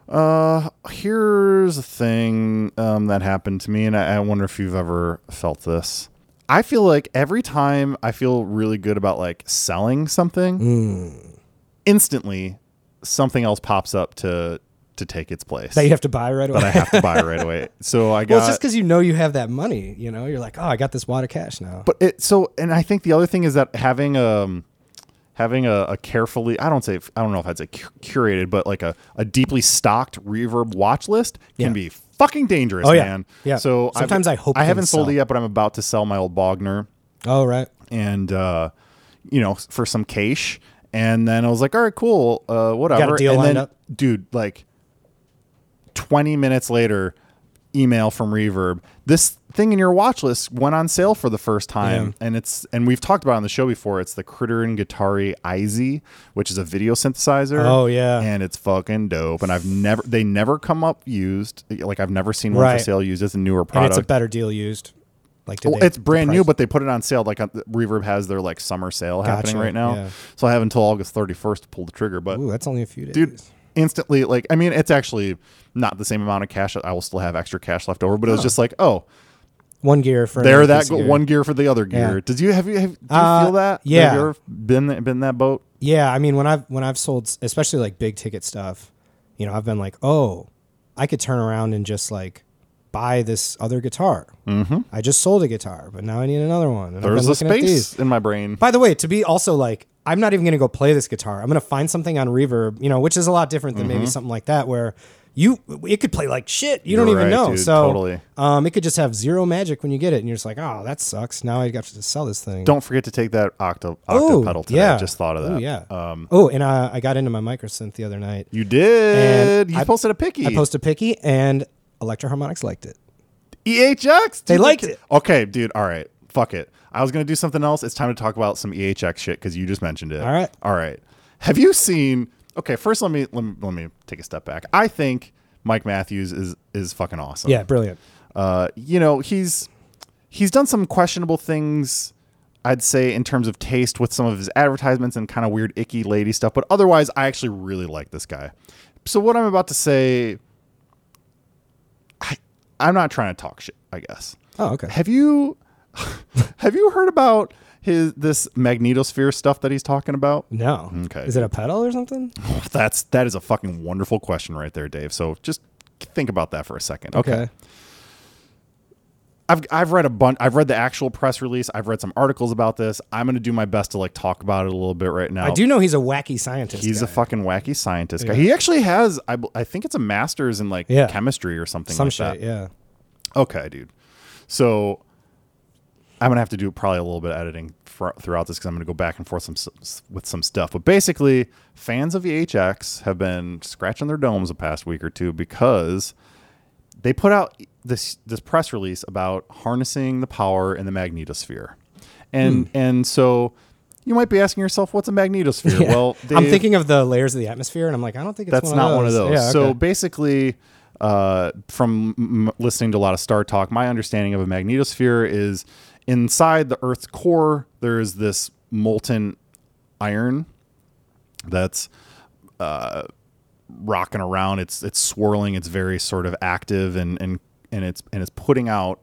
S2: Uh, here's a thing um, that happened to me, and I, I wonder if you've ever felt this. I feel like every time I feel really good about like selling something,
S1: Hmm.
S2: instantly something else pops up to to take its place
S1: That you have to buy right away.
S2: I [laughs] have to buy right away. So I got
S1: [laughs] well, it's just because you know you have that money. You know, you're like, oh, I got this wad of cash now.
S2: but it so and i think the other thing is that having um having a, a carefully i don't say i don't know if i'd say cu- curated but like a, a deeply stocked reverb watch list can
S1: Yeah.
S2: be fucking dangerous
S1: Oh, yeah.
S2: man
S1: Yeah.
S2: so I've-
S1: Sometimes I hope
S2: i
S1: things
S2: haven't sold
S1: sell.
S2: it yet but i'm about to sell my old bogner
S1: oh right,
S2: and uh you know for some cash and then i was like all right cool uh whatever
S1: deal
S2: and
S1: lined
S2: then
S1: up?
S2: dude like 20 minutes later email from reverb this thing in your watch list went on sale for the first time and it's and we've talked about it on the show before it's the critter and guitari iz which is a video synthesizer
S1: Oh, yeah.
S2: and it's fucking dope and i've never they never come up used like i've never seen one
S1: Right.
S2: for sale used as a newer
S1: and
S2: product
S1: it's a better deal used. Like did
S2: well,
S1: they-
S2: it's brand
S1: the
S2: new,
S1: price-
S2: but they put it on sale. Like uh, Reverb has their like summer sale happening
S1: Gotcha,
S2: right now,
S1: yeah.
S2: so I have until August 31st to pull the trigger. But
S1: Ooh, that's only a few days.
S2: dude, instantly, like I mean, it's actually not the same amount of cash. I will still have extra cash left over, but it was just like, oh,
S1: one gear for
S2: there
S1: another
S2: that
S1: piece of
S2: go-
S1: gear.
S2: one gear for the other gear.
S1: Yeah.
S2: Did you have you have, do you
S1: Uh,
S2: feel that?
S1: yeah.
S2: have you ever been been that boat?
S1: Yeah, I mean when I've when I've sold especially like big ticket stuff, you know, I've been like, oh, I could turn around and just like buy this other guitar. Mm-hmm. I just sold a guitar, but now I need another one. And I've
S2: There's
S1: been
S2: a
S1: looking at these.
S2: space in my brain.
S1: By the way, to be also like, I'm not even going to go play this guitar. I'm going to find something on Reverb, you know, which is a lot different than
S2: Mm-hmm.
S1: maybe something like that where you it could play like shit. You don't
S2: You're
S1: even
S2: right,
S1: know.
S2: dude,
S1: so
S2: totally.
S1: um, it could just have zero magic when you get it, and you're just like, oh, that sucks. Now I got to sell this thing.
S2: Don't forget to take that octo octo
S1: Oh,
S2: pedal today.
S1: yeah.
S2: I just thought of that.
S1: Ooh, yeah.
S2: Um,
S1: oh, and uh, I got into my microsynth the other night.
S2: you did.
S1: And
S2: You
S1: I-
S2: posted a picky.
S1: I posted Picky, and Electro Harmonics liked it.
S2: EHX.
S1: They
S2: E dude,
S1: liked
S2: ca-
S1: it.
S2: Okay, dude. All right. Fuck it. I was gonna do something else. It's time to talk about some EHX shit because you just mentioned it.
S1: All right.
S2: All right. Have you seen? Okay. First, let me let me let me take a step back. I think Mike Matthews is is fucking awesome.
S1: Yeah, brilliant.
S2: Uh, you know, he's he's done some questionable things. I'd say in terms of taste with some of his advertisements and kind of weird icky lady stuff, but otherwise I actually really like this guy. So what I'm about to say I I'm not trying to talk shit, I guess.
S1: Oh, okay.
S2: Have you [laughs] have you heard about his this magnetosphere stuff that he's talking about?
S1: No.
S2: Okay.
S1: Is it a pedal or something?
S2: That's that is a fucking wonderful question right there, Dave. So just think about that for a second.
S1: Okay.
S2: I've I've read a bunch. I've read the actual press release. I've read some articles about this. I'm gonna do my best to like talk about it a little bit right now.
S1: I do know he's a wacky scientist.
S2: He's a
S1: guy.
S2: fucking wacky scientist guy. He actually has. I, b- I think it's a master's in like
S1: Yeah.
S2: chemistry or something.
S1: some
S2: like
S1: shit.
S2: that.
S1: Yeah.
S2: Okay, dude. So I'm gonna have to do probably a little bit of editing fr- throughout this because I'm gonna go back and forth some s- s- with some stuff. But basically, fans of EHX have been scratching their domes the past week or two because they put out e, this this press release about harnessing the power in the magnetosphere, and
S1: Hmm.
S2: and so you might be asking yourself, what's a magnetosphere?
S1: [laughs] Yeah.
S2: Well,
S1: I'm
S2: Dave-
S1: thinking of the layers of the atmosphere, and I'm like, I don't think it's
S2: that's
S1: one
S2: not
S1: of
S2: one of
S1: those.
S2: those.
S1: Yeah,
S2: So
S1: okay.
S2: basically, uh, from m- m- listening to a lot of Star Talk, my understanding of a magnetosphere is inside the Earth's core, there's this molten iron that's rocking around. It's it's swirling. It's very sort of active and and and it's and it's putting out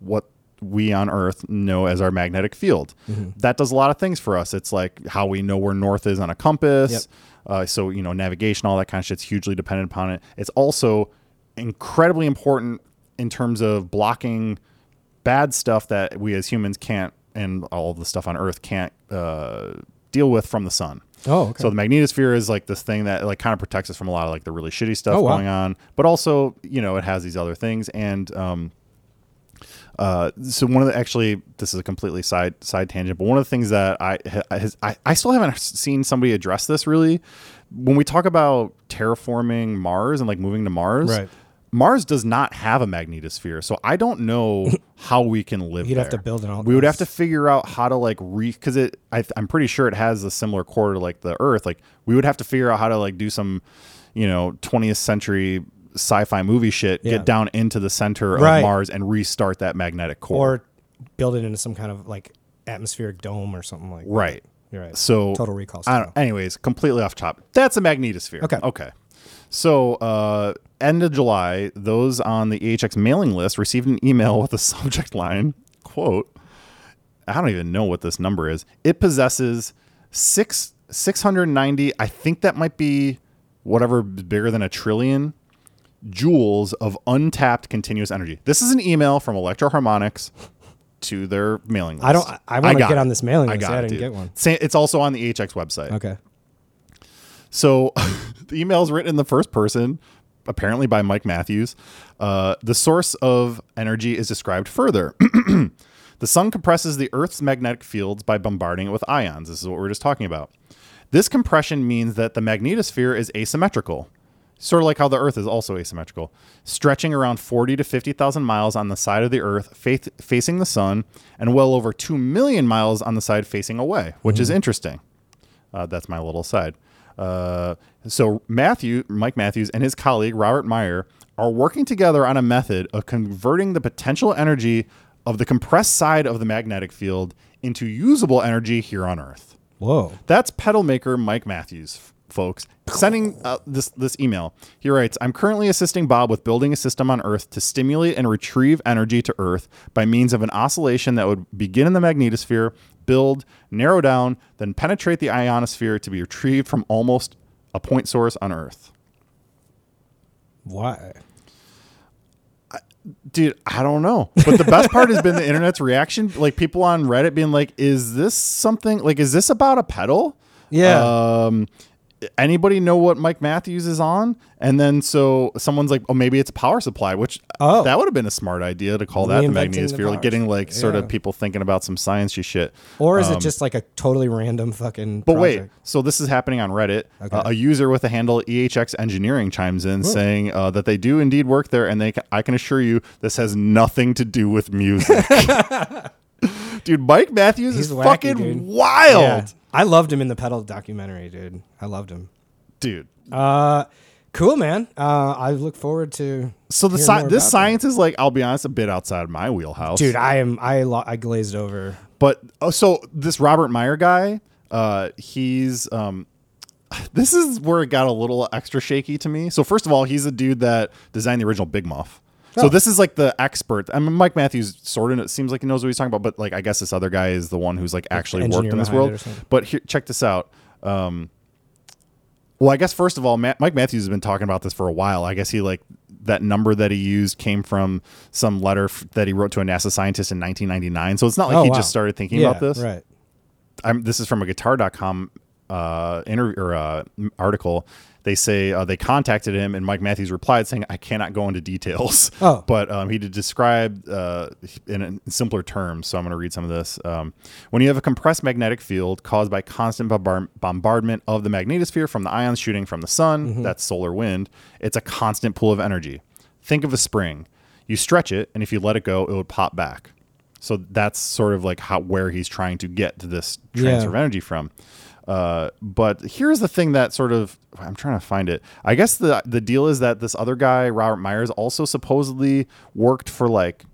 S2: what we on Earth know as our magnetic field. That does a lot of things for us. It's like how we know where north is on a compass.
S1: Yep.
S2: Uh, so you know navigation, all that kind of shit's hugely dependent upon it. It's also incredibly important in terms of blocking bad stuff that we as humans can't and all the stuff on Earth can't uh, deal with from the sun.
S1: Oh, okay.
S2: So the magnetosphere is like this thing that like kind of protects us from a lot of like the really shitty stuff
S1: Oh, wow.
S2: going on, but also you know it has these other things and um, uh, so one of the actually this is a completely side side tangent, but one of the things that I ha- has, I, I still haven't seen somebody address this really when we talk about terraforming Mars and like moving to Mars.
S1: Right.
S2: Mars does not have a magnetosphere, so I
S1: [laughs]
S2: don't know how we can live.
S1: You'd have
S2: there.
S1: to build an alt-
S2: We would have to figure out how to like re because it. I, I'm pretty sure it has a similar core to like the Earth. Like we would have to figure out how to like do some, you know, 20th century sci-fi movie shit.
S1: Yeah.
S2: Get down into the center
S1: Right.
S2: of Mars and restart that magnetic core.
S1: or build it into some kind of like atmospheric dome or something like.
S2: right.
S1: You're right.
S2: So
S1: Total Recall
S2: I
S1: style.
S2: don't, anyways, completely off top. That's a magnetosphere.
S1: Okay.
S2: Okay. So uh, end of July, those on the EHX mailing list received an email [laughs] with the subject line quote. I don't even know what this number is. It possesses six six hundred ninety. I think that might be whatever bigger than a trillion joules of untapped continuous energy. This is an email from Electro Harmonics to their mailing list.
S1: I don't- I- I wanna
S2: got
S1: get on
S2: it.
S1: this mailing
S2: I
S1: list.
S2: got
S1: Yeah, I
S2: it,
S1: didn't
S2: dude.
S1: get one.
S2: Sa- It's also on the EHX website.
S1: Okay.
S2: So [laughs] the email is written in the first person, apparently by Mike Matthews. Uh, the source of energy is described further. [clears throat] the sun compresses the Earth's magnetic fields by bombarding it with ions. This is what we were just talking about. This compression means that the magnetosphere is asymmetrical, sort of like how the Earth is also asymmetrical, stretching around 40 to 50,000 miles on the side of the Earth faith, facing the sun, and well over 2 million miles on the side facing away, which is interesting. Uh, that's my little side. Uh, so Matthew, Mike Matthews, and his colleague Robert Meyer are working together on a method of converting the potential energy of the compressed side of the magnetic field into usable energy here on Earth.
S1: Whoa.
S2: That's pedal maker Mike Matthews, f- folks, sending uh, this this email. He writes, "I'm currently assisting Bob with building a system on Earth to stimulate and retrieve energy to Earth by means of an oscillation that would begin in the magnetosphere, build, narrow down, then penetrate the ionosphere to be retrieved from almost a point source on Earth."
S1: Why?
S2: dude i don't know but the best part has been the internet's reaction like people on reddit being like is this something like is this about a pedal
S1: Yeah.
S2: um anybody know what mike matthews is on and then so someone's like oh maybe it's a power supply which
S1: Oh.
S2: that would have been a smart idea to call that the
S1: Reinventing the
S2: magnetosphere
S1: power
S2: like getting like sort
S1: Yeah.
S2: of people thinking about some sciencey shit
S1: Or is it just like a totally random fucking?
S2: Um, but wait, so this is happening on Reddit. Uh, a user with the handle EHX Engineering chimes in saying uh, that they do indeed work there, and they ca- I can assure you this has nothing to do with
S1: [laughs]
S2: music. dude, Mike Matthews
S1: He's
S2: is
S1: wacky,
S2: fucking
S1: dude.
S2: wild,
S1: Yeah. I loved him in the pedal documentary, dude. I loved him.
S2: dude.
S1: Uh, cool, man. Uh, I look forward to.
S2: So the
S1: hearing
S2: sci-
S1: more
S2: this
S1: about
S2: science is like, I'll be honest, a bit outside of my wheelhouse,
S1: that. dude. I am. I lo- I glazed over.
S2: But oh, so this Robert Meyer guy, uh, he's um, [sighs] this is where it got a little extra shaky to me. So first of all, he's a dude that designed the original Big Muff. So
S1: Oh.
S2: this is like the expert. I mean, Mike Matthews sort of it seems like he knows what he's talking about, but like I guess this other guy is the one who's like actually worked
S1: engineer
S2: in this
S1: behind it or
S2: world.
S1: something.
S2: But here, check this out. Well, I guess first of all, Ma- Mike Matthews has been talking about this for a while. I guess he like that number that he used came from some letter f- that he wrote to a NASA scientist in 1999. So it's not like
S1: Oh,
S2: he
S1: wow.
S2: just started thinking
S1: yeah,
S2: about this.
S1: right?
S2: I'm, this is from a guitar.com uh, interview or uh, m- article. They say uh, they contacted him, and Mike Matthews replied saying, "I cannot go into details."
S1: Oh.
S2: but um, he did describe uh, in, in simpler terms. So I'm going to read some of this. Um, when you have a compressed magnetic field caused by constant bombard- bombardment of the magnetosphere from the ions shooting from the sun, that's solar wind. It's a constant pool of energy. Think of a spring. You stretch it, and if you let it go, it would pop back. So that's sort of like how where he's trying to get to this transfer
S1: Yeah.
S2: of energy from. Uh, but here's the thing that sort of I'm trying to find it. I guess the the deal is that this other guy, Robert Myers, also supposedly worked for like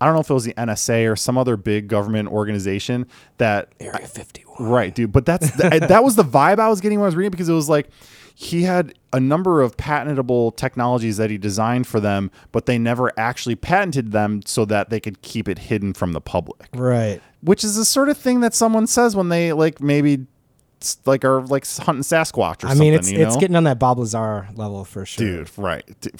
S2: I don't know if it was the NSA or some other big government organization that
S1: Area fifty one.
S2: Right, dude. But that's th- that was the vibe I was getting when I was reading it because it was like he had a number of patentable technologies that he designed for them, but they never actually patented them so that they could keep it hidden from the public.
S1: Right.
S2: Which is the sort of thing that someone says when they like maybe s- like are like hunting Sasquatch or
S1: I
S2: something.
S1: mean, it's
S2: you know?
S1: it's getting on that Bob Lazar level for sure.
S2: dude right [laughs] D-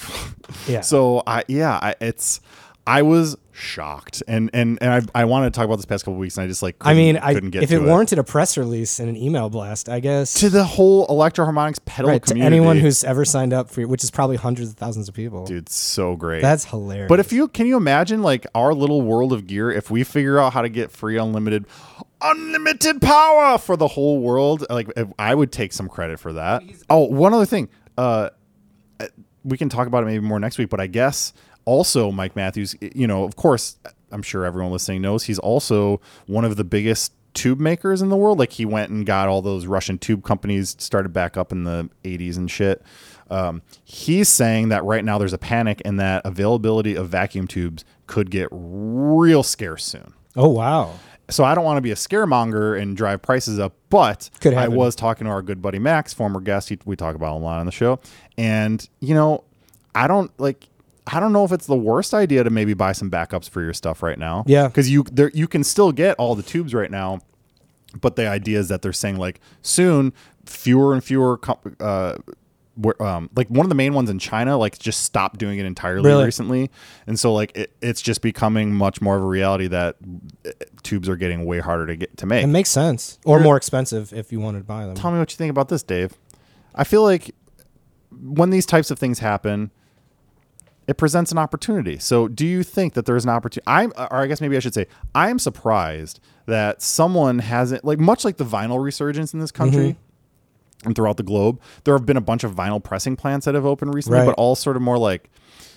S1: Yeah.
S2: so i yeah I, it's i was shocked and and and i, I wanted to talk about this past couple weeks and i just like
S1: I mean, I,
S2: couldn't get
S1: if
S2: to
S1: it warranted a press release and an email blast, I guess
S2: to the whole electroharmonics pedal
S1: right, to
S2: community
S1: anyone who's ever signed up for, which is probably hundreds of thousands of people.
S2: dude so great
S1: That's hilarious.
S2: but if you can you imagine like our little world of gear if we figure out how to get free unlimited unlimited power for the whole world like if- i would take some credit for that oh one other thing uh we can talk about it maybe more next week. But I guess also Mike Matthews, you know, of course, I'm sure everyone listening knows he's also one of the biggest tube makers in the world. Like he went and got all those Russian tube companies started back up in the 80s and shit. Um, he's saying that right now there's a panic and that availability of vacuum tubes could get real scarce soon.
S1: oh wow,
S2: So I don't want to be a scaremonger and drive prices up, but
S1: Could
S2: I
S1: happen.
S2: was talking to our good buddy Max, former guest. He, we talk about him a lot on the show, and you know, I don't like. I don't know if it's the worst idea to maybe buy some backups for your stuff right now.
S1: Yeah.
S2: because you there you can still get all the tubes right now, but the idea is that they're saying like soon fewer and fewer. Com- uh, where, um, like one of the main ones in China, like just stopped doing it entirely
S1: Really?
S2: recently, and so like it, it's just becoming much more of a reality that uh, tubes are getting way harder to get to make.
S1: it makes sense, or more expensive if you wanted to buy them.
S2: Tell me what you think about this, Dave. I feel like when these types of things happen, it presents an opportunity. So, do you think that there's an opportunity? I'm, or I guess maybe I should say, I am surprised that someone hasn't, like, much like the vinyl resurgence in this
S1: Mm-hmm.
S2: country and throughout the globe, there have been a bunch of vinyl pressing plants that have opened recently,
S1: Right.
S2: but all sort of more like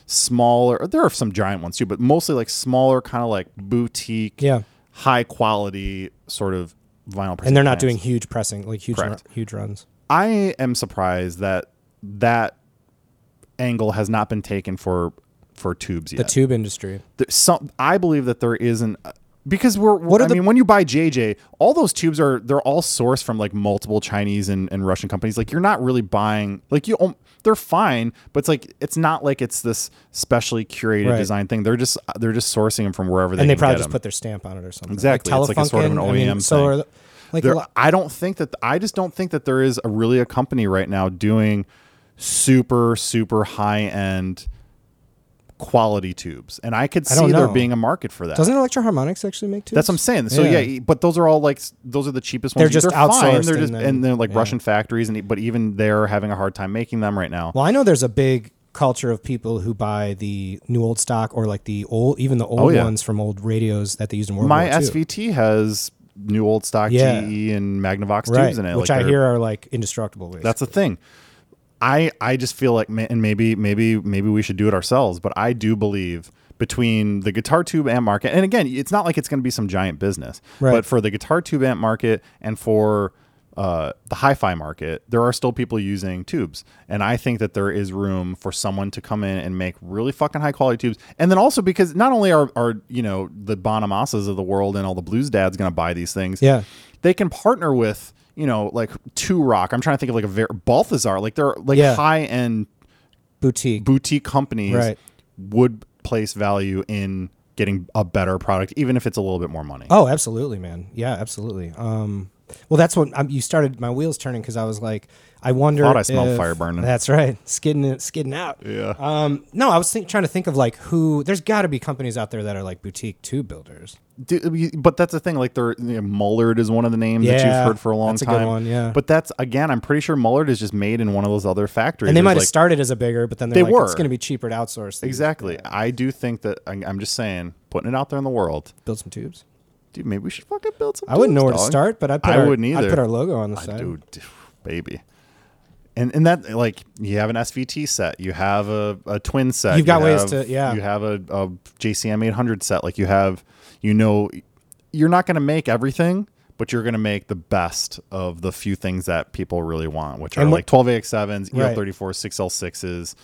S2: smaller. There are some giant ones too, but mostly like smaller, kind of like boutique,
S1: Yeah.
S2: high quality sort of vinyl pressing
S1: and they're not
S2: plants.
S1: doing huge pressing, like huge,
S2: Correct.
S1: ru- huge runs.
S2: I am surprised that that angle has not been taken for for tubes
S1: The
S2: yet.
S1: tube industry.
S2: There- some, I believe that there isn't because we're. What
S1: are
S2: I
S1: the-
S2: mean, when you buy JJ, all those tubes are they're all sourced from like multiple Chinese and, and Russian companies. Like you're not really buying like you. om- They're fine, but it's like it's not like it's this specially curated
S1: Right.
S2: design thing. They're just they're just sourcing them from wherever they
S1: and they
S2: can
S1: probably
S2: get
S1: just
S2: 'em.
S1: put their stamp on it or something.
S2: Exactly. It's like a sort of an
S1: Telefunken,
S2: OEM
S1: So
S2: thing.
S1: are the, like a
S2: there,
S1: lot,
S2: I don't think that I just don't think that there is a really a company right now doing super super high end quality tubes, and I could
S1: I don't
S2: see there
S1: know.
S2: being a market for that.
S1: Doesn't Electro Harmonics actually make two?
S2: That's what I'm saying. So
S1: Yeah.
S2: yeah. but those are all like s- those are the cheapest ones.
S1: They're just outsourced
S2: They're
S1: and
S2: just
S1: then-
S2: and they're like
S1: yeah.
S2: Russian factories, and e- but even they're having a hard time making them right now.
S1: Well, I know there's a big culture of people who buy the new old stock or like the old, even the old
S2: Oh, yeah.
S1: ones from old radios that they used in World
S2: My
S1: War II.
S2: SVT has new old stock
S1: Yeah.
S2: GE and Magnavox
S1: right,
S2: tubes in it,
S1: which
S2: like
S1: I
S2: they're-
S1: hear are like indestructible. Basically.
S2: That's the thing. I I just feel like, ma- and maybe maybe maybe we should do it ourselves. But I do believe between the guitar tube amp market, and again, it's not like it's going to be some giant business.
S1: Right.
S2: But for the guitar tube amp market and for uh, the hi-fi market, there are still people using tubes, and I think that there is room for someone to come in and make really fucking high-quality tubes. And then also because not only are are you know the Bonamassas of the world and all the blues dads going to buy these things,
S1: Yeah.
S2: they can partner with you know like two rock i'm trying to think of like a very balthazar like they're like
S1: Yeah.
S2: high-end
S1: boutique.
S2: boutique companies
S1: Right.
S2: would place value in getting a better product even if it's a little bit more money
S1: Oh, absolutely, man. Yeah, absolutely. Um, well, that's when um, you started my wheels turning because I was like, I wonder.
S2: Thought I smelled
S1: if-
S2: fire burning.
S1: That's right, [laughs] skidding it, skidding out.
S2: Yeah.
S1: Um, no, I was think, trying to think of like who. There's got to be companies out there that are like boutique tube builders.
S2: Do- I mean, but that's the thing like they're you know, mullard is one of the names that
S1: Yeah,
S2: you've heard for a long
S1: that's a good
S2: time
S1: one, yeah.
S2: but that's again i'm pretty sure mullard is just made in one of those other factories
S1: And they
S2: There's,
S1: might have
S2: like-
S1: started as a bigger, but then they're
S2: They
S1: like, it's
S2: were.
S1: going to be cheaper to outsource. these.
S2: exactly i do think that I- i'm just saying putting it out there in the world
S1: Build some tubes.
S2: dude maybe we should fucking build some
S1: I wouldn't
S2: tubes,
S1: know where to
S2: dog.
S1: start, but I put
S2: I
S1: our,
S2: wouldn't
S1: I
S2: either.
S1: put our logo on the side.
S2: Dude, d- baby. And and that like you have an SVT set, you have a, a twin set.
S1: You've got
S2: you
S1: ways
S2: have-
S1: to- yeah.
S2: You have a, a JCM 800 set. Like you have, you know, you're not going to make everything, but you're going to make the best of the few things that people really want, which are
S1: And what-
S2: like 12AX7s,
S1: Right.
S2: EL34, 6L6s,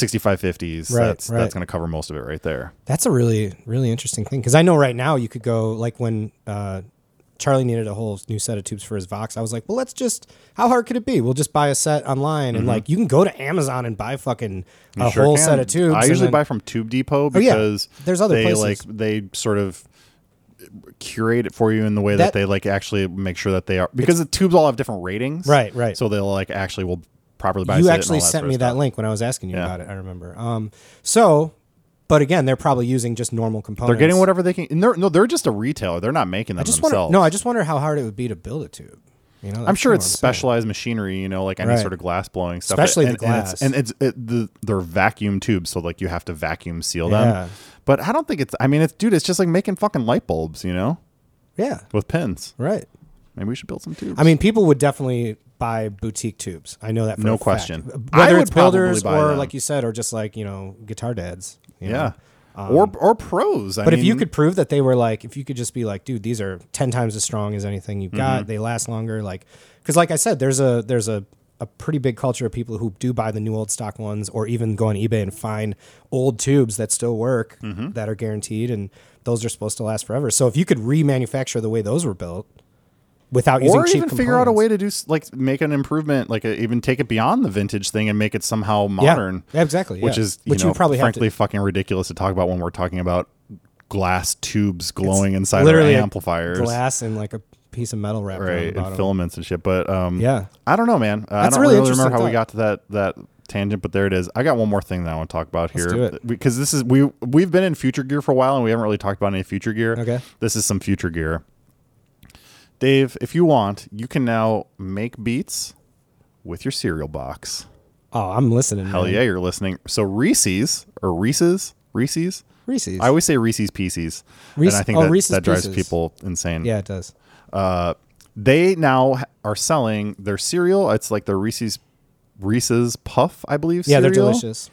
S2: 6550s.
S1: Right,
S2: that's
S1: right.
S2: that's going to cover most of it right there.
S1: That's a really, really interesting thing because I know right now you could go like when uh, Charlie needed a whole new set of tubes for his Vox. I was like, well, let's just how hard could it be? We'll just buy a set online and like you can go to Amazon and buy fucking a
S2: Mm-hmm. Sure
S1: whole
S2: can.
S1: set of tubes.
S2: I
S1: and
S2: usually
S1: then- Oh,
S2: buy from Tube Depot
S1: yeah.
S2: because
S1: There's other
S2: they
S1: places.
S2: like they sort of curate it for you in the way that,
S1: That-
S2: they like actually make sure that they are because the tubes all have different ratings.
S1: Right, right.
S2: So they'll like actually will properly buy.
S1: you actually sent me that link when I was asking you
S2: Yeah.
S1: about it. I remember. Um, so, but again, they're probably using just normal components.
S2: They're getting whatever they can. And they're, no, they're just a retailer. They're not making them
S1: I just wonder.
S2: themselves.
S1: No, I just wonder how hard it would be to build a tube. You know,
S2: I'm
S1: that's
S2: sure
S1: kinda
S2: it's
S1: what I'm saying.
S2: specialized machinery, you know, like any
S1: Right.
S2: sort of glass blowing stuff.
S1: Especially the
S2: and, and it's-
S1: glass.
S2: And it's, it, the, they're vacuum tubes, so like you have to vacuum seal
S1: Yeah.
S2: them. But I don't think it's. I mean, it's dude. It's just like making fucking light bulbs, you know,
S1: Yeah.
S2: with pins.
S1: Right.
S2: Maybe we should build some tubes.
S1: I mean, people would definitely buy boutique tubes. I know that for
S2: No
S1: a fact.
S2: question. I
S1: Whether
S2: would
S1: it's builders
S2: probably buy
S1: or,
S2: them.
S1: like you said, or just like you know, guitar dads. you
S2: yeah, Mm-hmm.
S1: know.
S2: or or pros. I
S1: Um, But if you
S2: mean,
S1: could prove that they were like, if you could just be like, dude, these are ten times as strong as anything you've
S2: Mm-hmm.
S1: got. They last longer. Like, because like I said, there's a there's a a pretty big culture of people who do buy the new old stock ones, or even go on eBay and find old tubes that still work
S2: Mm-hmm.
S1: that are guaranteed, and those are supposed to last forever. So if you could remanufacture the way those were built without using
S2: or
S1: cheap
S2: even figure out a
S1: components.
S2: way to do s- like make an improvement, like uh even take it beyond the vintage thing and make it somehow
S1: Yeah,
S2: modern.
S1: exactly.
S2: Which
S1: yeah.
S2: is you know
S1: would probably
S2: frankly
S1: have
S2: fucking ridiculous to talk about when we're talking about glass tubes glowing
S1: to
S2: inside
S1: literally
S2: our
S1: a
S2: amplifiers,
S1: glass and like a piece of metal wrapped around the
S2: right,
S1: bottom.
S2: and filaments and shit. But um,
S1: Yeah.
S2: I don't know, man. Uh, I
S1: That's a
S2: don't
S1: really
S2: really remember
S1: interesting
S2: how we
S1: thought.
S2: got to that that tangent, but there it is. I got one more thing that I want to talk about
S1: do
S2: here
S1: it.
S2: because this is we we've been in future gear for a while and we haven't really talked about any future gear.
S1: Okay.
S2: this is some future gear. Dave, if you want, you can now make beats with your cereal box.
S1: oh, I'm listening.
S2: Hell
S1: man.
S2: yeah, you're listening. So Reese's or Reese's, Reese's.
S1: Reese's.
S2: I always say Reese's Pieces,
S1: Reese-
S2: and I think
S1: oh,
S2: that,
S1: Reese's
S2: that drives
S1: Pieces.
S2: people insane
S1: yeah, it does.
S2: uh, they now ha- are selling their cereal. It's like their Reese's Reese's Puff, I believe.
S1: Yeah, they're
S2: cereal.
S1: delicious.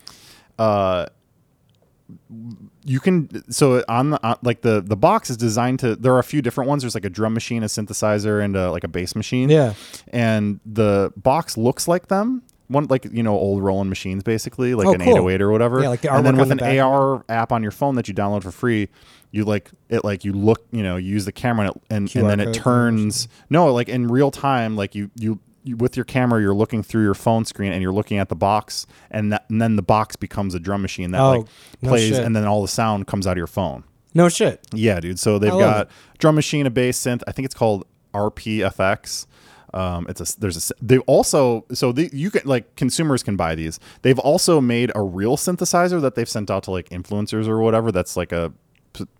S2: You can so on the on, like the the box is designed to. There are a few different ones. There's like a drum machine, a synthesizer, and a, like a bass machine.
S1: Yeah.
S2: and the box looks like them. One like you know old Roland machines, basically like
S1: Oh,
S2: an
S1: cool.
S2: 808 or whatever.
S1: Yeah, like the
S2: and
S1: artwork
S2: then
S1: on
S2: with
S1: the
S2: an
S1: back.
S2: AR app on your phone that you download for free, you like it like you look you know you use the camera and it, and, and
S1: QR
S2: then
S1: code
S2: it
S1: thing or
S2: turns no like in real time like you you. you- With your camera, you're looking through your phone screen and you're looking at the box, and, that, and then the box becomes a drum machine that
S1: Oh,
S2: like
S1: no
S2: plays,
S1: shit.
S2: and then all the sound comes out of your phone.
S1: No shit.
S2: Yeah, dude. So they've
S1: I love
S2: got drum machine, a bass synth. I think it's called RPFX. Um, it's a there's a they also so the, you can like consumers can buy these. They've also made a real synthesizer that they've sent out to like influencers or whatever. That's like a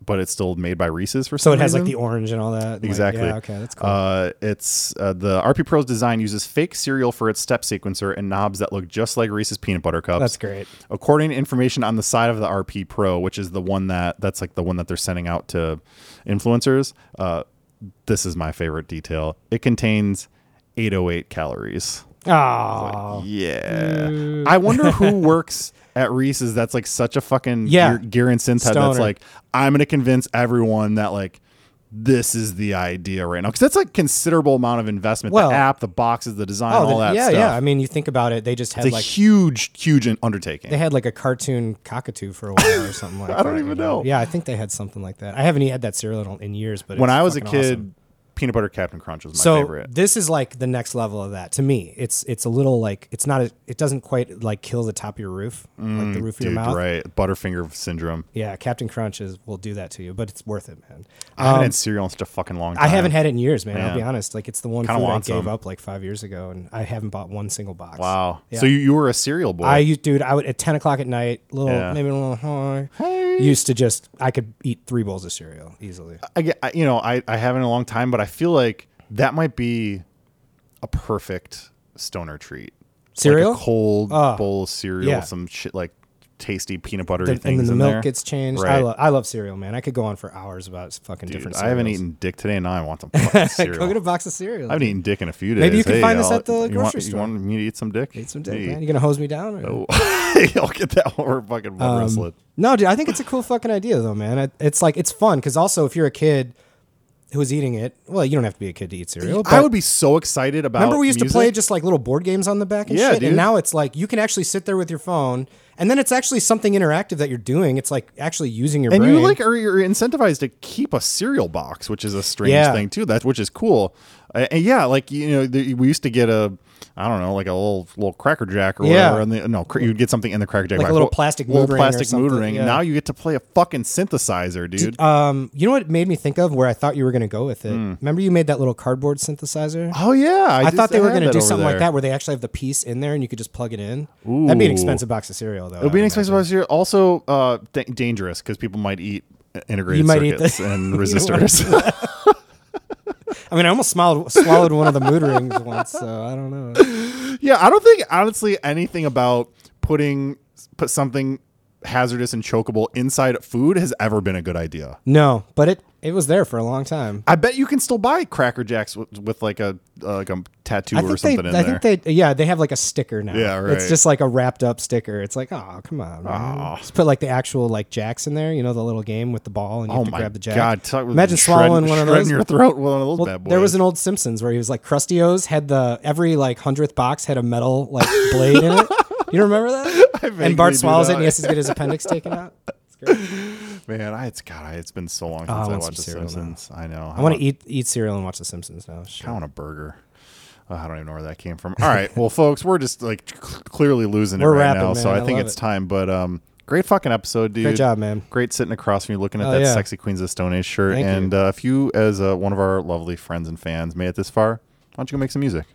S2: but it's still made by Reese's for
S1: So
S2: some
S1: it has like
S2: reason.
S1: the orange and all that. Like,
S2: Exactly.
S1: yeah, okay, that's cool.
S2: Uh, it's uh, the RP Pro's design uses fake cereal for its step sequencer and knobs that look just like Reese's peanut butter cups.
S1: That's great.
S2: According to information on the side of the RP Pro, which is the one that that's like the one that they're sending out to influencers, uh, this is my favorite detail. It contains 808 calories.
S1: Oh,
S2: Yeah.
S1: [laughs]
S2: I wonder who works at Reese's that's like such a fucking
S1: Yeah.
S2: gear, gear and synth head that's
S1: Stoner.
S2: like, I'm going to convince everyone that like this is the idea right now. Cause that's like considerable amount of investment.
S1: Well-
S2: the app, the boxes, the design,
S1: oh,
S2: all
S1: the-
S2: that
S1: yeah,
S2: stuff.
S1: yeah. I mean, you think about it, they just had
S2: It's a
S1: like
S2: huge, huge undertaking.
S1: they had like a cartoon cockatoo for a while or something like that.
S2: [laughs] I don't
S1: you
S2: even know.
S1: Yeah, I think they had something like that. I haven't had that cereal in, in years, but
S2: when
S1: it's
S2: I was a
S1: fucking
S2: kid,
S1: awesome.
S2: peanut butter Captain Crunch was my
S1: so
S2: favorite.
S1: this is like the next level of that to me. It's it's a little like it's not a, it doesn't quite like kill the top of your roof, like the roof of your
S2: Mm, Dude,
S1: mouth.
S2: right. Butterfinger syndrome.
S1: Yeah, Captain Crunch is will do that to you, but it's worth it, man.
S2: I haven't had cereal in such a fucking long time.
S1: Um, I haven't had it in years, man.
S2: Yeah.
S1: I'll be honest. Like it's the one
S2: Kinda
S1: food I
S2: want
S1: gave
S2: some.
S1: up like five years ago, and I haven't bought one single box.
S2: Wow.
S1: Yeah.
S2: So you, you were a cereal boy.
S1: I used, dude, I would at ten o'clock at night, little
S2: Yeah.
S1: maybe a little high. Used to just, I could eat three bowls of cereal easily.
S2: I, get- I you know I, I haven't in a long time, but I feel like that might be a perfect stoner treat.
S1: Cereal?
S2: like a cold
S1: Ah,
S2: bowl of cereal,
S1: yeah.
S2: with some shit like tasty peanut butter
S1: The- and
S2: things
S1: then the
S2: in
S1: milk
S2: there.
S1: gets changed. I
S2: Right.
S1: love, I love cereal, man. I could go on for hours about fucking
S2: Dude,
S1: different.
S2: I haven't
S1: cereals.
S2: eaten dick today, and now I
S1: [laughs]
S2: want some fucking cereal.
S1: Go get a box of cereal.
S2: I haven't eaten dick in a few days.
S1: Maybe you can
S2: Hey,
S1: find this
S2: I'll-
S1: at the
S2: you want-
S1: grocery
S2: You
S1: store.
S2: want me to eat some dick?
S1: eat some dick, man.
S2: [laughs]
S1: You gonna hose me down? Or?
S2: I'll get that while we're fucking
S1: Um,
S2: butt wrestling.
S1: No, dude, I think it's a cool fucking idea though, man. It, it's like it's fun because also if you're a kid who's eating it, well, you don't have to be a kid to eat cereal. But
S2: I would be so excited about.
S1: remember we used to
S2: music.
S1: play just like little board games on the back and
S2: Yeah,
S1: shit,
S2: dude.
S1: and now it's like you can actually sit there with your phone, and then it's actually something interactive that you're doing. It's like actually using your
S2: and
S1: brain.
S2: you like are you're incentivized to keep a cereal box, which is a strange
S1: Yeah.
S2: thing too. That which is cool, Uh, and yeah, like you know, the, we used to get a I don't know, like a little little cracker jack or
S1: Yeah.
S2: whatever. And the, no, cr- you'd get something in the cracker jack,
S1: Like a
S2: box.
S1: little plastic
S2: little
S1: mood ring or
S2: plastic mood
S1: something,
S2: ring.
S1: yeah.
S2: Now you get to play a fucking synthesizer, dude.
S1: um, you know what it made me think of where I thought you were gonna go with it. Remember you made that little cardboard synthesizer.
S2: Hmm. oh yeah, I,
S1: I
S2: just-
S1: thought they were
S2: had
S1: going to
S2: that
S1: do
S2: over
S1: something like
S2: there.
S1: that where they actually have the piece in there and you could just plug it in. That'd be an
S2: Ooh.
S1: expensive box of cereal, though.
S2: It would be an expensive box cereal. Also uh, da- dangerous because people might eat
S1: [laughs]
S2: integrated
S1: You might eat the-
S2: circuits and resistors.
S1: I mean, I almost smiled, swallowed one of the mood rings once, so I don't know.
S2: yeah, I don't think honestly anything about putting put something hazardous and chokeable inside food has ever been a good idea.
S1: No, but it it was there for a long time.
S2: I bet you can still buy Cracker Jacks with, with like a uh, like a tattoo
S1: I
S2: or
S1: think
S2: something
S1: they,
S2: in
S1: I
S2: there.
S1: think they, yeah, they have like a sticker now.
S2: Yeah, right.
S1: It's just like a wrapped up sticker. It's like, oh, come on, man. Just put like the actual like jacks in there. You know, the little game with the ball, and you
S2: oh
S1: have to
S2: my
S1: grab the jack.
S2: god! talk-
S1: Imagine
S2: shredding-
S1: swallowing one of
S2: shredding
S1: those.
S2: your throat with one of those bad boys.
S1: There was an old Simpsons where he was like Krusty O's had the every like hundredth box had a metal like blade in it. You don't remember
S2: [laughs]
S1: that?
S2: vaguely
S1: and Bart
S2: do
S1: swallows it
S2: that.
S1: and he has to get his appendix taken out. It's great.
S2: man. I, it's God. I, it's been so long since
S1: I
S2: I,
S1: want
S2: watched The
S1: some cereal now.
S2: Simpsons. I know.
S1: I want to eat eat cereal and watch The Simpsons now. Shit.
S2: I want a burger. Uh, I don't even know where that came from. All right, well, folks, we're just like c- clearly losing it
S1: We're
S2: right
S1: wrapping,
S2: now, so
S1: man.
S2: I,
S1: I
S2: think
S1: love
S2: it's
S1: it.
S2: time. But um, great fucking episode, dude.
S1: Great job, man.
S2: Great sitting across from you, looking at
S1: Oh,
S2: that
S1: yeah.
S2: sexy Queens of Stone Age shirt.
S1: Thank you.
S2: and uh, if you, as uh, one of our lovely friends and fans, made it this far, why don't you go make some music?